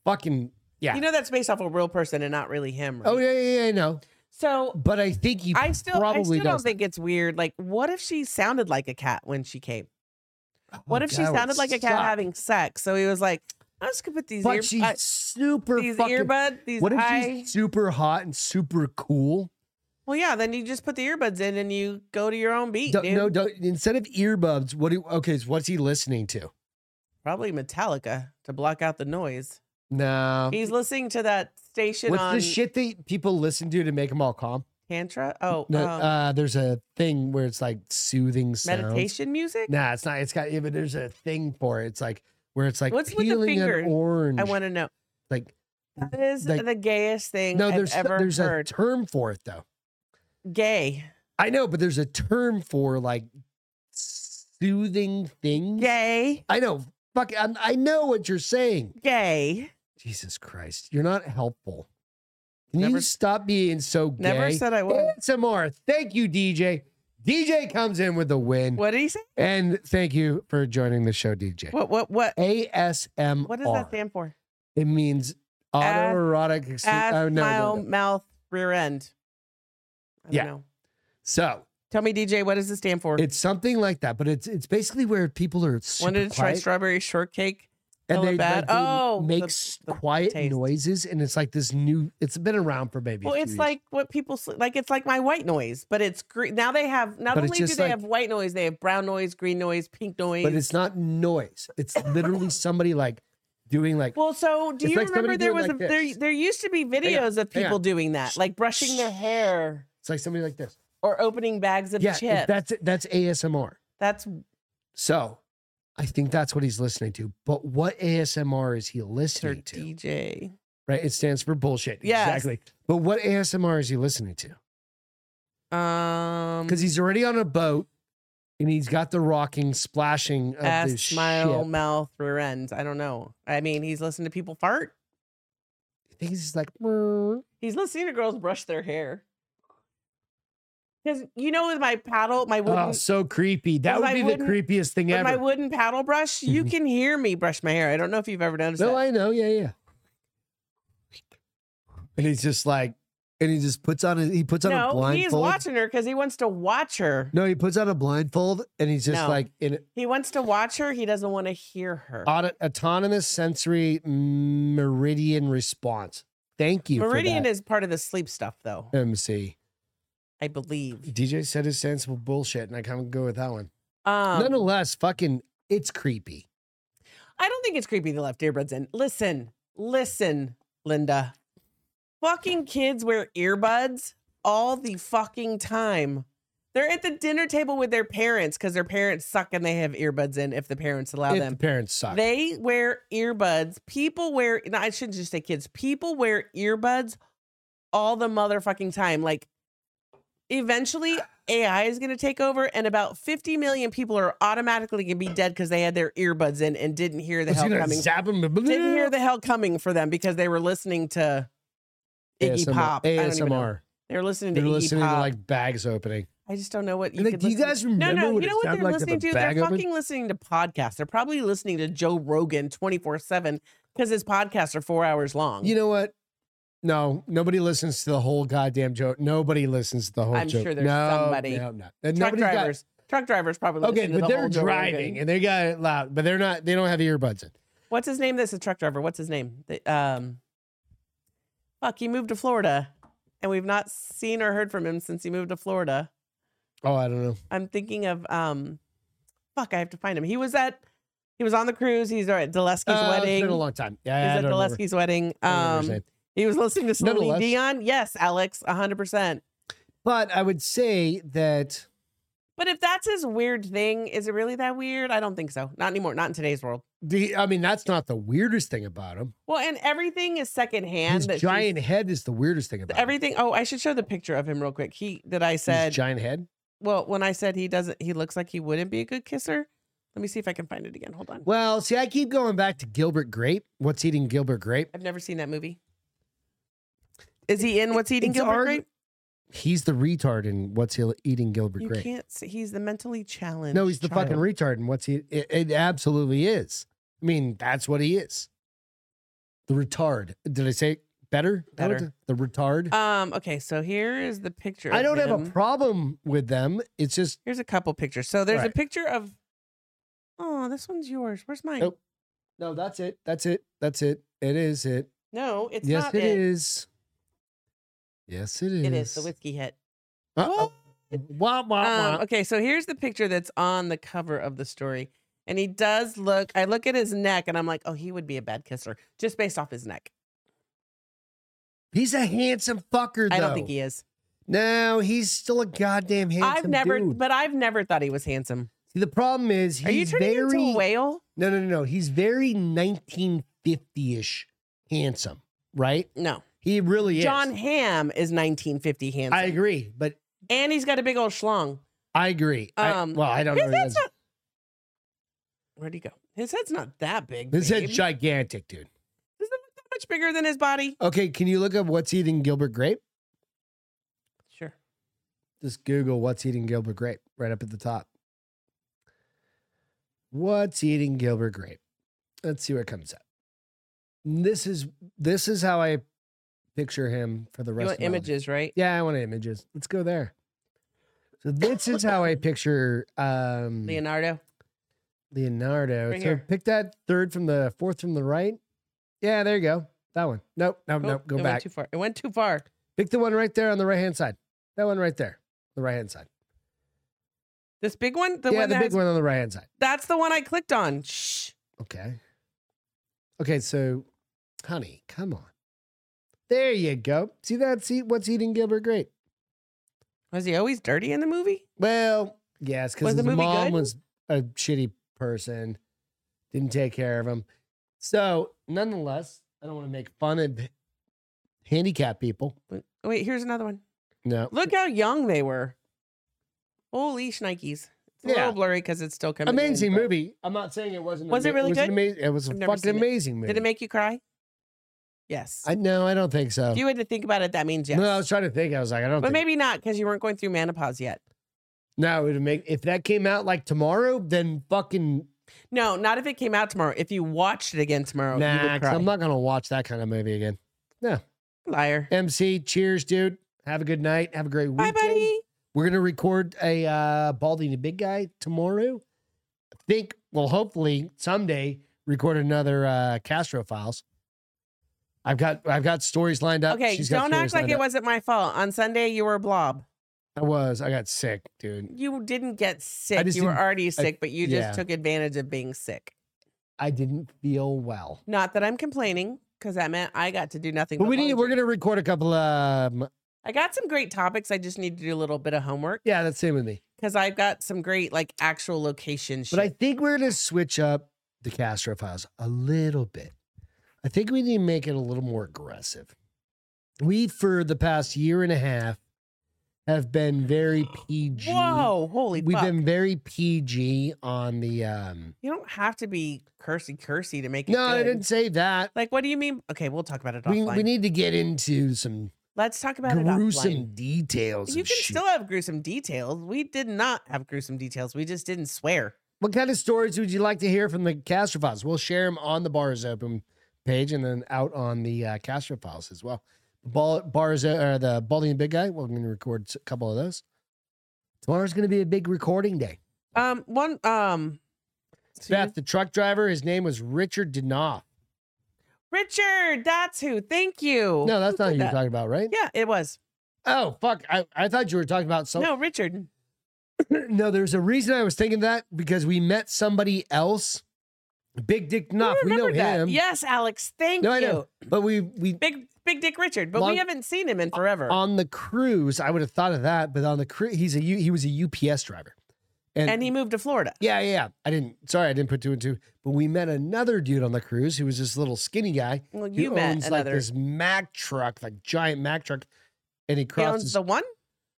Fucking yeah. You know that's based off a real person and not really him. Right? oh yeah, yeah, yeah, I know. So But I think he I still, I probably still don't does. think it's weird. Like, what if she sounded like a cat when she came? Oh, What if she sounded like a cat having sex? So he was like, I'm just gonna put these, ear- But she's uh, super these fucking. earbuds, these what if high. she's super hot and super cool? Well, yeah, then you just put the earbuds in and you go to your own beat, Don't- dude. no, don't, instead of earbuds, what do okay? So what's he listening to? Probably Metallica to block out the noise. No, He's listening to that station what's on the shit that people listen to to make them all calm? Tantra. Oh, No, um, uh, there's a thing where it's like soothing sounds. meditation music. Nah, it's not. It's got. Yeah, but there's a thing for it. It's like where it's like What's with the peeling finger? an orange. I want to know. like That is Like- the gayest thing no. I've There's ever there's heard. a term for it though. Gay, I know, but there's a term for like soothing things. gay, I know. Fuck, I, I know what you're saying. gay. Jesus Christ, you're not helpful. Can you Never- stop being so gay? Never said I was. ASMR. Thank you, DJ. DJ comes in with the win, What did he say? and thank you for joining the show, DJ. What? What? What? ASMR. What does that stand for? It means autoerotic. ex- Ass, oh, no, no, smile, no. mouth, rear end. I don't Yeah. know. So Tell me, DJ, what does it stand for? it's something like that, but it's it's basically where people are super Wanted to try quiet. strawberry shortcake. and Hella they, bad. like, they Oh, the- make s- the quiet taste. noises, and it's like this new. It's been around for maybe. a Well, few it's years. like what people sl- like. It's like my white noise, but it's gre- now they have. Not But it's only do just they like- have white noise, they have brown noise, green noise, pink noise. but it's not noise. It's literally somebody like doing like. Well, so do It's you like somebody remember there doing was like a, there this. there used to be videos of hang on. people doing that, like brushing their hair it's like somebody like this. or opening bags of Yeah, it- chips. that's that's ASMR. That's So, I think that's what he's listening to. But what ASMR is he Sir listening to? DJ. Right, it stands for bullshit. Yes. Exactly. But what ASMR is he listening to? Um, Mm. Because he's already on a boat, and he's got the rocking, splashing of ass, this smile, ship. mouth, rear ends. I don't know. I mean, he's listening to people fart. I think he's just like, "Meow." He's listening to girls brush their hair. Because you know, with my paddle, my wooden, oh, so creepy. That Because would I be the wouldn't- creepiest thing with my ever. wooden paddle brush, you Mhm. can hear me brush my hair. I don't know if you've ever noticed No, that. I know. Yeah, yeah. And he's just like, and he just puts on his, he puts on a no, he's blindfold. watching her because he wants to watch her. No, he puts on a blindfold, and he's just No. like in He wants to watch her. He doesn't want to hear her. auto, autonomous sensory meridian response. Thank you. Meridian for is part of the sleep stuff, though. that, MC. I believe. DJ said his sensible bullshit, and I kind of go with that one. Um, Nonetheless, fucking, it's creepy. I don't think it's creepy they left earbuds in. Listen, listen, Linda. Fucking kids wear earbuds all the fucking time. They're at the dinner table with their parents because their parents suck and they have earbuds in if the parents allow if them. the parents suck. They wear earbuds. People wear, no, I shouldn't just say kids. People wear earbuds all the motherfucking time. Like, eventually AI is going to take over, and about 50 million people are automatically going to be dead because they had their earbuds in and didn't hear the Was he hell gonna coming. zap him? Didn't hear the hell coming for them because they were listening to Iggy ASMR. Pop. I don't even know. ASMR. They were listening to They're Iggy listening Pop. to like bags opening. I just don't know what you And like, could do you listen- guys No, remember no, what you it know what sounded they're like listening with the to? bag They're open? fucking listening to podcasts. They're probably listening to Joe Rogan 24 7 because his podcasts are four hours long. You know what? No, nobody listens to the whole goddamn joke. Nobody listens to the whole I'm joke. sure there's no, somebody. No, no. And truck nobody's got- drivers. truck drivers probably okay, listen to but the they're whole Joe driving Rogan. and they got it loud, but they're not. They don't have earbuds in. What's his name? This is a truck driver. What's his name? The, um, fuck, he moved to Florida and we've not seen or heard from him since he moved to Florida. Oh, I don't know. I'm thinking of um, fuck. I have to find him. He was at, he was on the cruise. He's at Dulesky's Uh, It's wedding. been a long time. he Yeah, was I at don't remember. Dulesky's wedding. I don't remember his Um, name. he was listening to Celine Nonetheless. Dion. Yes, Alex, hundred percent. But I would say that But if that's his weird thing, is it really that weird? I don't think so. Not anymore. Not in today's world. the. I mean, that's not the weirdest thing about him. Well, and everything is secondhand. His that she's- giant head is the weirdest thing about him. Everything. Oh, I should show the picture of him real quick. He that I His said. giant head. Well, when I said he doesn't, he looks like he wouldn't be a good kisser. Let me see if I can find it again. Hold on. Well, see, I keep going back to Gilbert Grape. What's eating Gilbert Grape? I've never seen that movie. Is he in What's Eating it's Gilbert arg- Grape? He's the retard in What's He- Eating Gilbert You Grape. can't see. He's the mentally challenged. No, he's the fucking child. retard. And what's he? It, it absolutely is. I mean, that's what he is. The retard. Did I say better? That was Better. The retard. Um. Okay. So here is the picture. I of don't have a him. problem with them. It's just Here's a couple pictures. So there's a Right. picture of. Oh, this one's yours. Where's mine? Nope. no. That's it. That's it. That's it. It is it. No, it's yes, not. it it. is. Yes, it is. It is the whiskey hit. Uh-oh. Wah, wah, wah. Um, okay, so here's the picture that's on the cover of the story. And he does look, I look at his neck and I'm like, oh, he would be a bad kisser just based off his neck. He's a handsome fucker. Though. I don't think he is. No, he's still a goddamn handsome I've never, dude. but I've never thought he was handsome. See, the problem is he's Are you turning very into a whale? No, no, no, no. He's very 1950-ish handsome, right? No. He really is. John Hamm is 1950 handsome. I agree, but and he's got a big old schlong. I agree. I, Um, well, I don't know. His if head's that's- not, where'd he go? His head's not that big. His babe. head's gigantic, dude. Doesn't it look that much bigger than his body? Okay, can you look up what's eating Gilbert Grape? Sure. Just Google what's eating Gilbert Grape right up at the top. What's eating Gilbert Grape? Let's see what comes up. This is this is how I picture him for the You rest want of my life. Mm-hmm. images, right? Yeah, I want images. Let's go there. So this is how I picture um, Leonardo. Leonardo. Right so here. pick that third from the fourth from the right. Yeah, there you go. That one. Nope, nope, Oh, nope. Go it Went back. too far. It went too far. Pick the one right there on the right hand side. That one right there, the right hand side. This big one, the yeah, one the that big has- one on the right hand side. that's the one I clicked on. Shh. Okay. Okay, so, honey, come on. There you go. See that? See what's eating Gilbert Grape? Was he always dirty in the movie? Well, yes, because Was the his movie mom good? was a shitty person, didn't take care of him. So, nonetheless, I don't want to make fun of handicapped people. Wait- oh, Wait, here's another one. No, Look how young they were. Holy shnikes. It's a Yeah. little blurry because it's still coming. in, amazing but- movie. I'm not saying it wasn't. Was it really was an good? amazing- it was a I've never fucking seen it. amazing movie. Did it make you cry? Yes. I no, I don't think so. if you had to think about it, that means yes. No, I was trying to think. I was like, I don't. but think. maybe not because you weren't going through menopause yet. no, it would make if that came out like tomorrow, then fucking No, not if it came out tomorrow. If you watched it again tomorrow, you nah. would 'cause cry. I'm not gonna watch that kind of movie again. Liar. MC, cheers, dude. Have a good night. Have a great Bye, weekend. buddy. We're gonna record a uh, Baldy and the Big Guy tomorrow. I think well, hopefully someday record another uh, Castro Files. I've got I've got stories lined up. Okay, Uh, She's got don't act stories like lined it up. wasn't my fault. On Sunday, you were a blob. I was. I got sick, dude. you didn't get sick. just You were didn't- already sick, but you just yeah. took advantage of being sick. I didn't feel well. Not that I'm complaining, because that meant I got to do nothing. But but we need. We're laundry. gonna record a couple. Um, I got some great topics. I just need to do a little bit of homework yeah, that's same with me. because I've got some great like actual location shit. But I think we're gonna switch up the Castro Files a little bit. I think we need to make it a little more aggressive. We for the past year and a half have been very PG. Whoa! Holy We've fuck! been very PG on the. um You don't have to be cursy cursy to make it. No, I good. didn't say that. Like, what do you mean? Okay, we'll talk about it We, offline. we need to get into some Let's talk about it offline. gruesome details. You and can shit. still have gruesome details. We did not have gruesome details. We just didn't swear. What kind of stories would you like to hear from the Castrophiles? We'll share them on the Bars Open page and then out on the uh, Castrophiles as well. Ball, bars uh, or the Baldy and Big Guy. We're going to record a couple of those. Tomorrow's going to be a big recording day. Um, one um, so you- Beth, the truck driver, his name was Richard Danoff. Richard, that's who. Thank you. No, that's not who did you're that? talking about, right? Yeah, it was. Oh fuck! I, I thought you were talking about some. no, Richard. no, there's a reason I was thinking that because we met somebody else, Big Dick Danoff. We know remembered that. him, Yes, Alex. Thank No, I you. know. but we we Big Big Dick Richard, but Long- we haven't seen him in forever. on the cruise, I would have thought of that, but on the cruise, he's a U- he was a UPS driver, and, and he moved to Florida. yeah, yeah, yeah. I didn't. Sorry, I didn't put two and two. But we met another dude on the cruise who was this little skinny guy Well, who you met owns another. like this Mack truck, like giant Mack truck, and he he crosses. owns the one,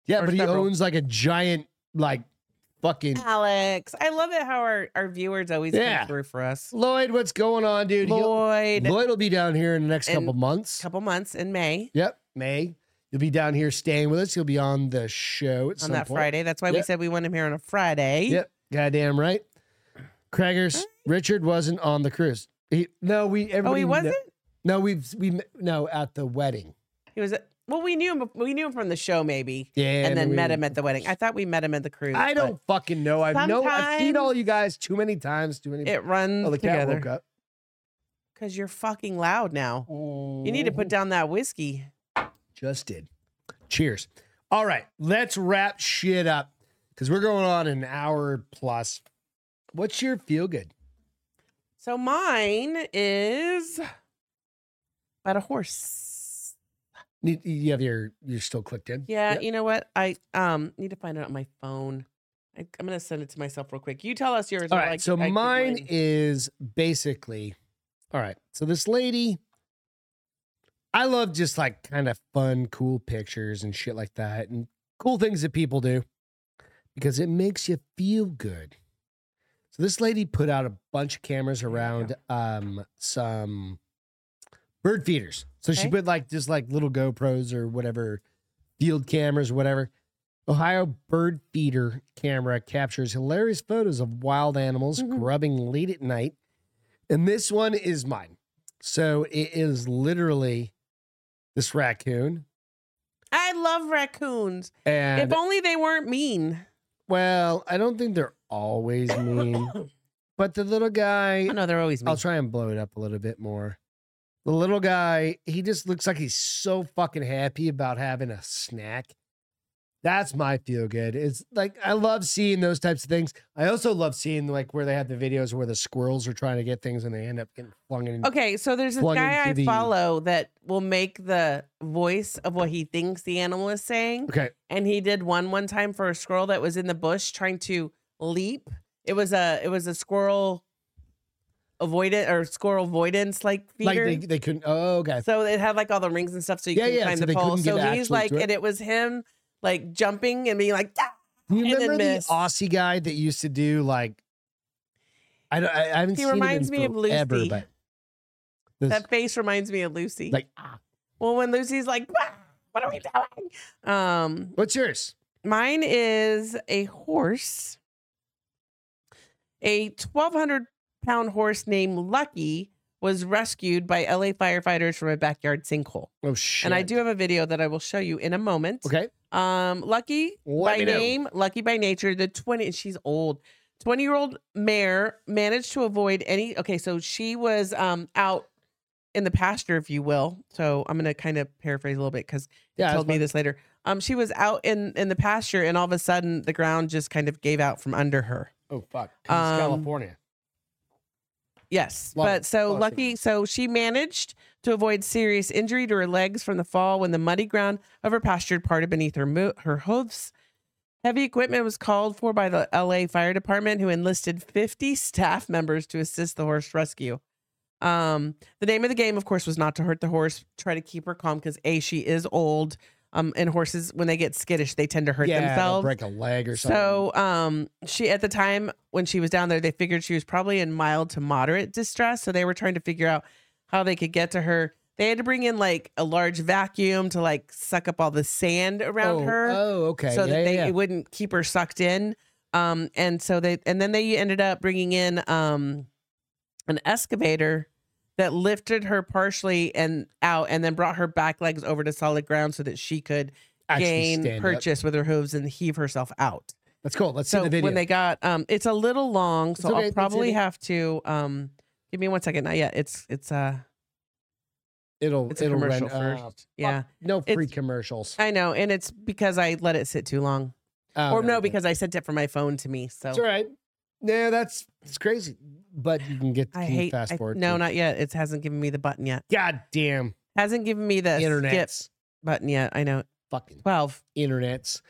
yeah, or but he several. owns like a giant like fucking Alex. I love it how our, our viewers always Yeah. come through for us. Lloyd. What's going on, dude? He'll- Lloyd, Lloyd will be down here in the next And couple months. couple months in May Yep, May. You'll be down here staying with us. He'll be on the show at on some that point. Friday. That's why we Yep. said we want him here on a Friday. Yep. Goddamn right. Craggers, Richard wasn't on the cruise. He, no, we Oh, everybody he kn- wasn't. No, we've we met- no at the wedding. He was. Well, we knew him. We knew him from the show, maybe, Yeah, and then we- met him at the wedding. I thought we met him at the cruise. I but don't fucking know. I've no I've seen Sometimes- all you guys too many times, too many It runs Oh, the cat woke together up. because you're fucking loud now. You need to put down that whiskey. Oh, just did. Cheers. All right, let's wrap shit up cuz we're going on an hour plus. What's your feel good? So mine is about a horse. You- You have your you're still clicked in? Yeah, Yep. you know what? I um need to find it on my phone. I, I'm gonna send it to myself real quick. You tell us yours. All while right. I- so I keep mine mine. is basically all right. So this lady, I love just like kind of fun, cool pictures and shit like that, and cool things that people do because it makes you feel good. So this lady put out a bunch of cameras we go. around um some bird feeders. So she Okay. put like just like little GoPros or whatever field cameras, whatever. Ohio bird feeder camera captures hilarious photos of wild animals Mhm. grubbing late at night. And this one is mine. So it is literally this raccoon. I love raccoons. And if only they weren't mean. well, I don't think they're always mean, oh but the little guy, no, they're always mean. I'll try and blow it up a little bit more. The little guy, he just looks like he's so fucking happy about having a snack. That's my feel good. It's like I love seeing those types of things. I also love seeing like where they have the videos where the squirrels are trying to get things and they end up getting flung in. Okay, so there's this Plug guy into I the- follow that will make the voice of what he thinks the animal is saying. Okay. and he did one one time for a squirrel that was in the bush trying to leap. It was a it was a squirrel avoidant or squirrel avoidance like Like feeder. they, they couldn't. Oh, okay. so it had like all the rings and stuff, so you Yeah, couldn't yeah, climb so they the pole. couldn't get So he's actually like, to it. and it was him like jumping and being like, "Ah!" Do you and then remember the miss. Aussie guy that used to do like? I don't. I, I haven't He seen reminds him in me of forever, Lucy. but this, that face reminds me of Lucy. like, ah. well, when Lucy's like, "Ah, what are we doing? Um, what's yours? Mine is a horse, a 1,200 pound horse named Lucky was rescued by LA firefighters from a backyard sinkhole. Oh shit! And I do have a video that I will show you in a moment. Okay. Um, Lucky Let by me know. name, Lucky by nature, the 20, she's old. 20 year old mare managed to avoid any. Okay, so she was um out in the pasture, if you will. So I'm going to kind of paraphrase a little bit because Yeah. told that's me fine. this later. Um, she was out in in the pasture, and all of a sudden, the ground just kind of gave out from under her. Oh fuck! 'cause it's Um, California. Yes, Love but it. so Love lucky. So she managed to avoid serious injury to her legs from the fall when the muddy ground of her pastured parted beneath her mo- her hooves. Heavy equipment was called for by the LA Fire Department, who enlisted 50 staff members to assist the horse rescue. Um, the name of the game, of course, was not to hurt the horse. Try to keep her calm because a she is old. Um, and horses when they get skittish, they tend to hurt yeah, they'll themselves. break a leg or something. So, um, she at the time when she was down there, they figured she was probably in mild to moderate distress. So they were trying to figure out how they could get to her. They had to bring in like a large vacuum to like suck up all the sand around oh, her Oh, okay. so yeah, that yeah, they yeah. it wouldn't keep her sucked in. Um, and so they and then they ended up bringing in um, an excavator that lifted her partially and out, and then brought her back legs over to solid ground so that she could Actually gain stand up. purchase with her hooves and heave herself out. That's cool. Let's see So the video. when they got um, it's a little long, so It's okay, I'll let's see probably the- have to um, give me one second. Not yet. It's it's uh Oh. it'll it's a it'll commercial run uh, first. yeah, no It's- free commercials. I know, and it's because I let it sit too long, Oh, or no, okay. because I sent it from my phone to me. So it's all right. No, that's it's crazy. But you can get I can hate fast I- forward. no, to- not yet. It hasn't given me the button yet. God damn Hasn't given me the skip internets. button yet. I know. Fucking Twelve, internets.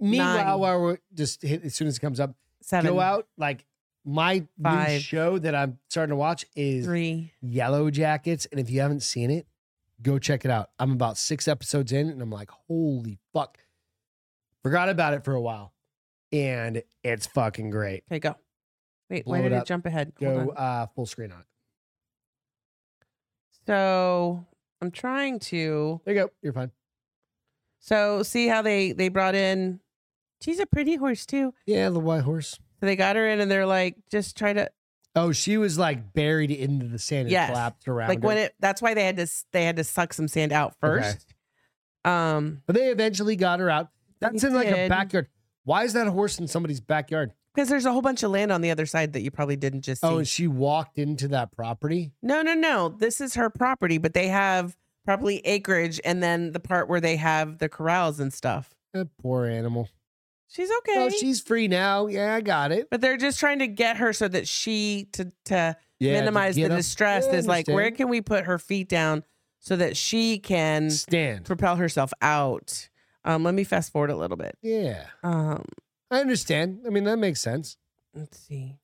Meanwhile, Nine. while we're just hit as soon as it comes up, seven, go out. Like my new Five. show that I'm starting to watch is three. Yellow Jackets. And if you haven't seen it, go check it out. I'm about six episodes in and I'm like, holy fuck. Forgot about it for a while. And it's fucking great. Okay, go. Wait, why Blow it did it up. jump ahead? Hold Go on. uh, full screen on it. So I'm trying to. There you go. You're fine. So see how they they brought in. She's a pretty horse too. Yeah, the white horse. So they got her in, and they're like, just try to Oh, she was like buried into the sand and Yes. collapsed around. like when her. it. That's why they had to s- they had to suck some sand out first. Um, but they eventually got her out. That's They in like a did. backyard. Why is that horse in somebody's backyard? because there's a whole bunch of land on the other side that you probably didn't just see. Oh, and she walked into that property. No, no, no. This is her property, but they have probably acreage and then the part where they have the corrals and stuff. Eh, poor animal. She's okay. Oh, she's free now. Yeah, I got it. but they're just trying to get her so that she to to Yeah, to minimize get the up- distress Yeah, I is like where understand. can we put her feet down so that she can stand. propel herself out. Um let me fast forward a little bit. Yeah, Um I understand. I mean, that makes sense. let's see.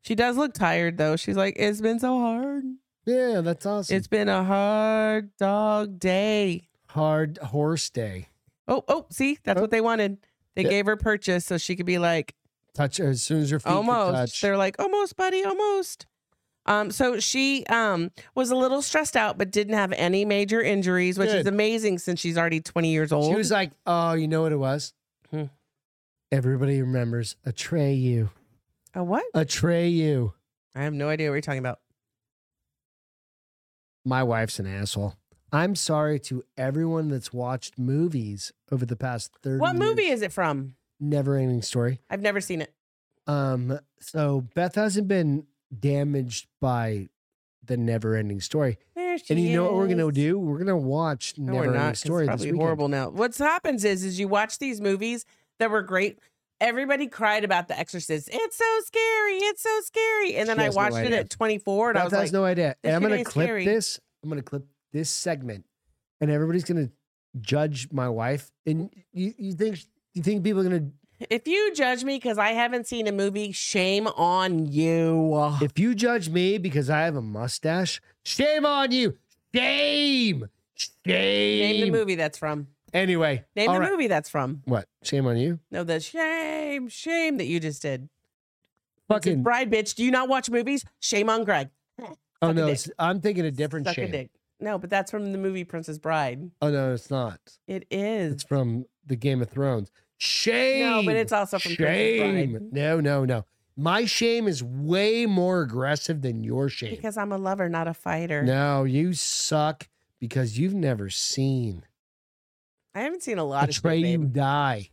She does look tired though. She's like it's been so hard. Yeah, that's awesome. It's been a hard dog day. hard horse day. Oh, oh, see, that's Oh. what they wanted. They Yeah. gave her purchase so she could be like Touch her as soon as your feet almost. touch. They're like almost, buddy, almost. Um, so she um was a little stressed out, but didn't have any major injuries, which Good. is amazing since she's already twenty years old. She was like, "Oh, you know what it was? Hmm. Everybody remembers Atreyu. a what? Atreyu. I have no idea what you're talking about. My wife's an asshole. I'm sorry to everyone that's watched movies over the past thirty. What movie years. is it from? Never Ending Story. I've never seen it. Um, so Beth hasn't been damaged by the never ending story. There she And you know what we're gonna is. do? We're gonna watch No, Never we're not. Ending 'cause Story It's this probably weekend. horrible now. What happens is, is you watch these movies that were great. Everybody cried about The Exorcist. It's so scary. It's so scary. And then She I has no watched it idea. at 24, and I Beth was has like, no idea. "This And I'm shit gonna ain't clip scary." this. I'm gonna clip this segment, and everybody's gonna judge my wife. And you, you think you think people are gonna? "If you judge me because I haven't seen a movie, shame on you." If you judge me because I have a mustache, shame on you. Shame. Shame. Name the movie that's from. Anyway. Name all the right. movie that's from. What? Shame on you. No, the shame, shame that you just did. It's a Fucking. bride, bitch. Do you not watch movies? Shame on Greg. Oh suck a no, dick. it's, I'm thinking a different Suck a shame. dick. No, but that's from the movie Princess Bride. Oh no, it's not. It is. It's from the Game of Thrones. Shame. No, but it's also from Princess Bride. shame. No, no, no. My shame is way more aggressive than your shame. Because I'm a lover, not a fighter. no, you suck because you've never seen I haven't seen a lot of Atreyu shit, you babe. die.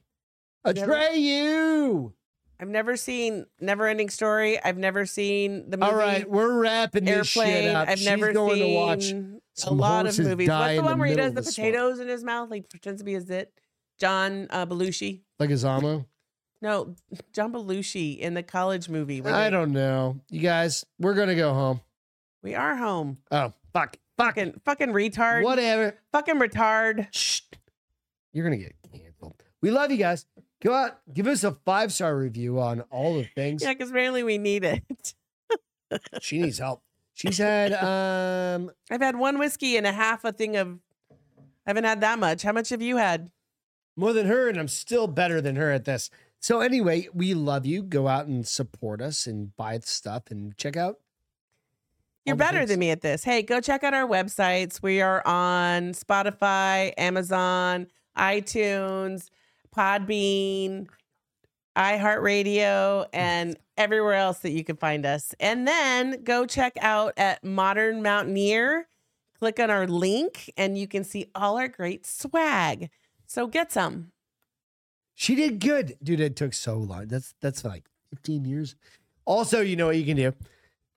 Never- Atreyu. I've never seen Never Ending Story. I've never seen the movie All right, we're wrapping this shit Airplane. up. I've She's never going seen to watch. a some lot of horses movies. die What's in the the one where he middle does of the the swamp. potatoes in his mouth? Like pretends to be a zit. John uh, Belushi. Leguizamo. No, John Belushi in the college movie. where I they- don't know. You guys, we're gonna go home. We are home. Oh fuck, fuck it, Fucking, fucking retard. whatever. Fucking retard. Shh. You're gonna get canceled. We love you guys. Go out, give us a five star review on all the things. Yeah, because apparently we need it. She needs help. She's had um I've had one whiskey and a half a thing of. I haven't had that much. How much have you had? more than her, and I'm still better than her at this. So anyway, we love you. Go out and support us and buy stuff and check out You're all the better things. than me at this. Hey, go check out our websites. We are on Spotify, Amazon, iTunes, Podbean, iHeartRadio, and everywhere else that you can find us. And then go check out at Modern Mountaineer. Click on our link, and you can see all our great swag. So get some. She did good, dude. It took so long. That's that's like 15 years. Also, you know what you can do.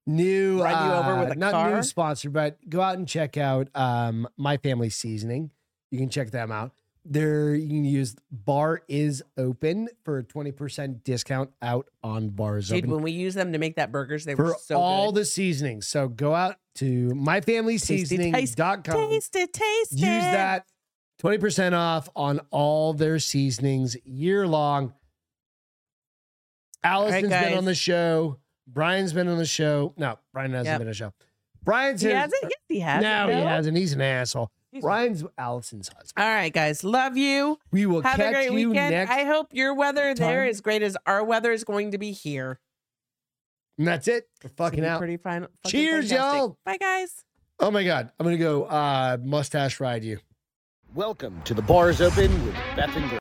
New, Run you over uh, with a not new car? sponsor, but go out and check out um, My Family Seasoning. You can check them out. There, you can use bar is open for a 20% discount out on bars Dude, open when we use them to make that burgers, they for were so all good. the seasonings. So go out to Tasty taste- myfamilyseasoning.com. taste it, taste it. Use that 20% off on all their seasonings year long. Allison's been guys. on the show. Brian's been on the show. No, Brian hasn't Yep. been on the show. Brian's He has it. Yes, he has. No, it. he Bill. hasn't. He's an asshole. Excuse me. Brian's Allison's husband. All right, guys. Love you. We will Have catch a great you weekend. next. I hope your weather there time. is great as our weather is going to be here. and that's it. We're It's fucking gonna be out. Pretty fine. fucking Cheers, fantastic. y'all. Bye, guys. Oh my God. I'm going to go uh, mustache ride you. Welcome to the Bars Open with Beth and Greg.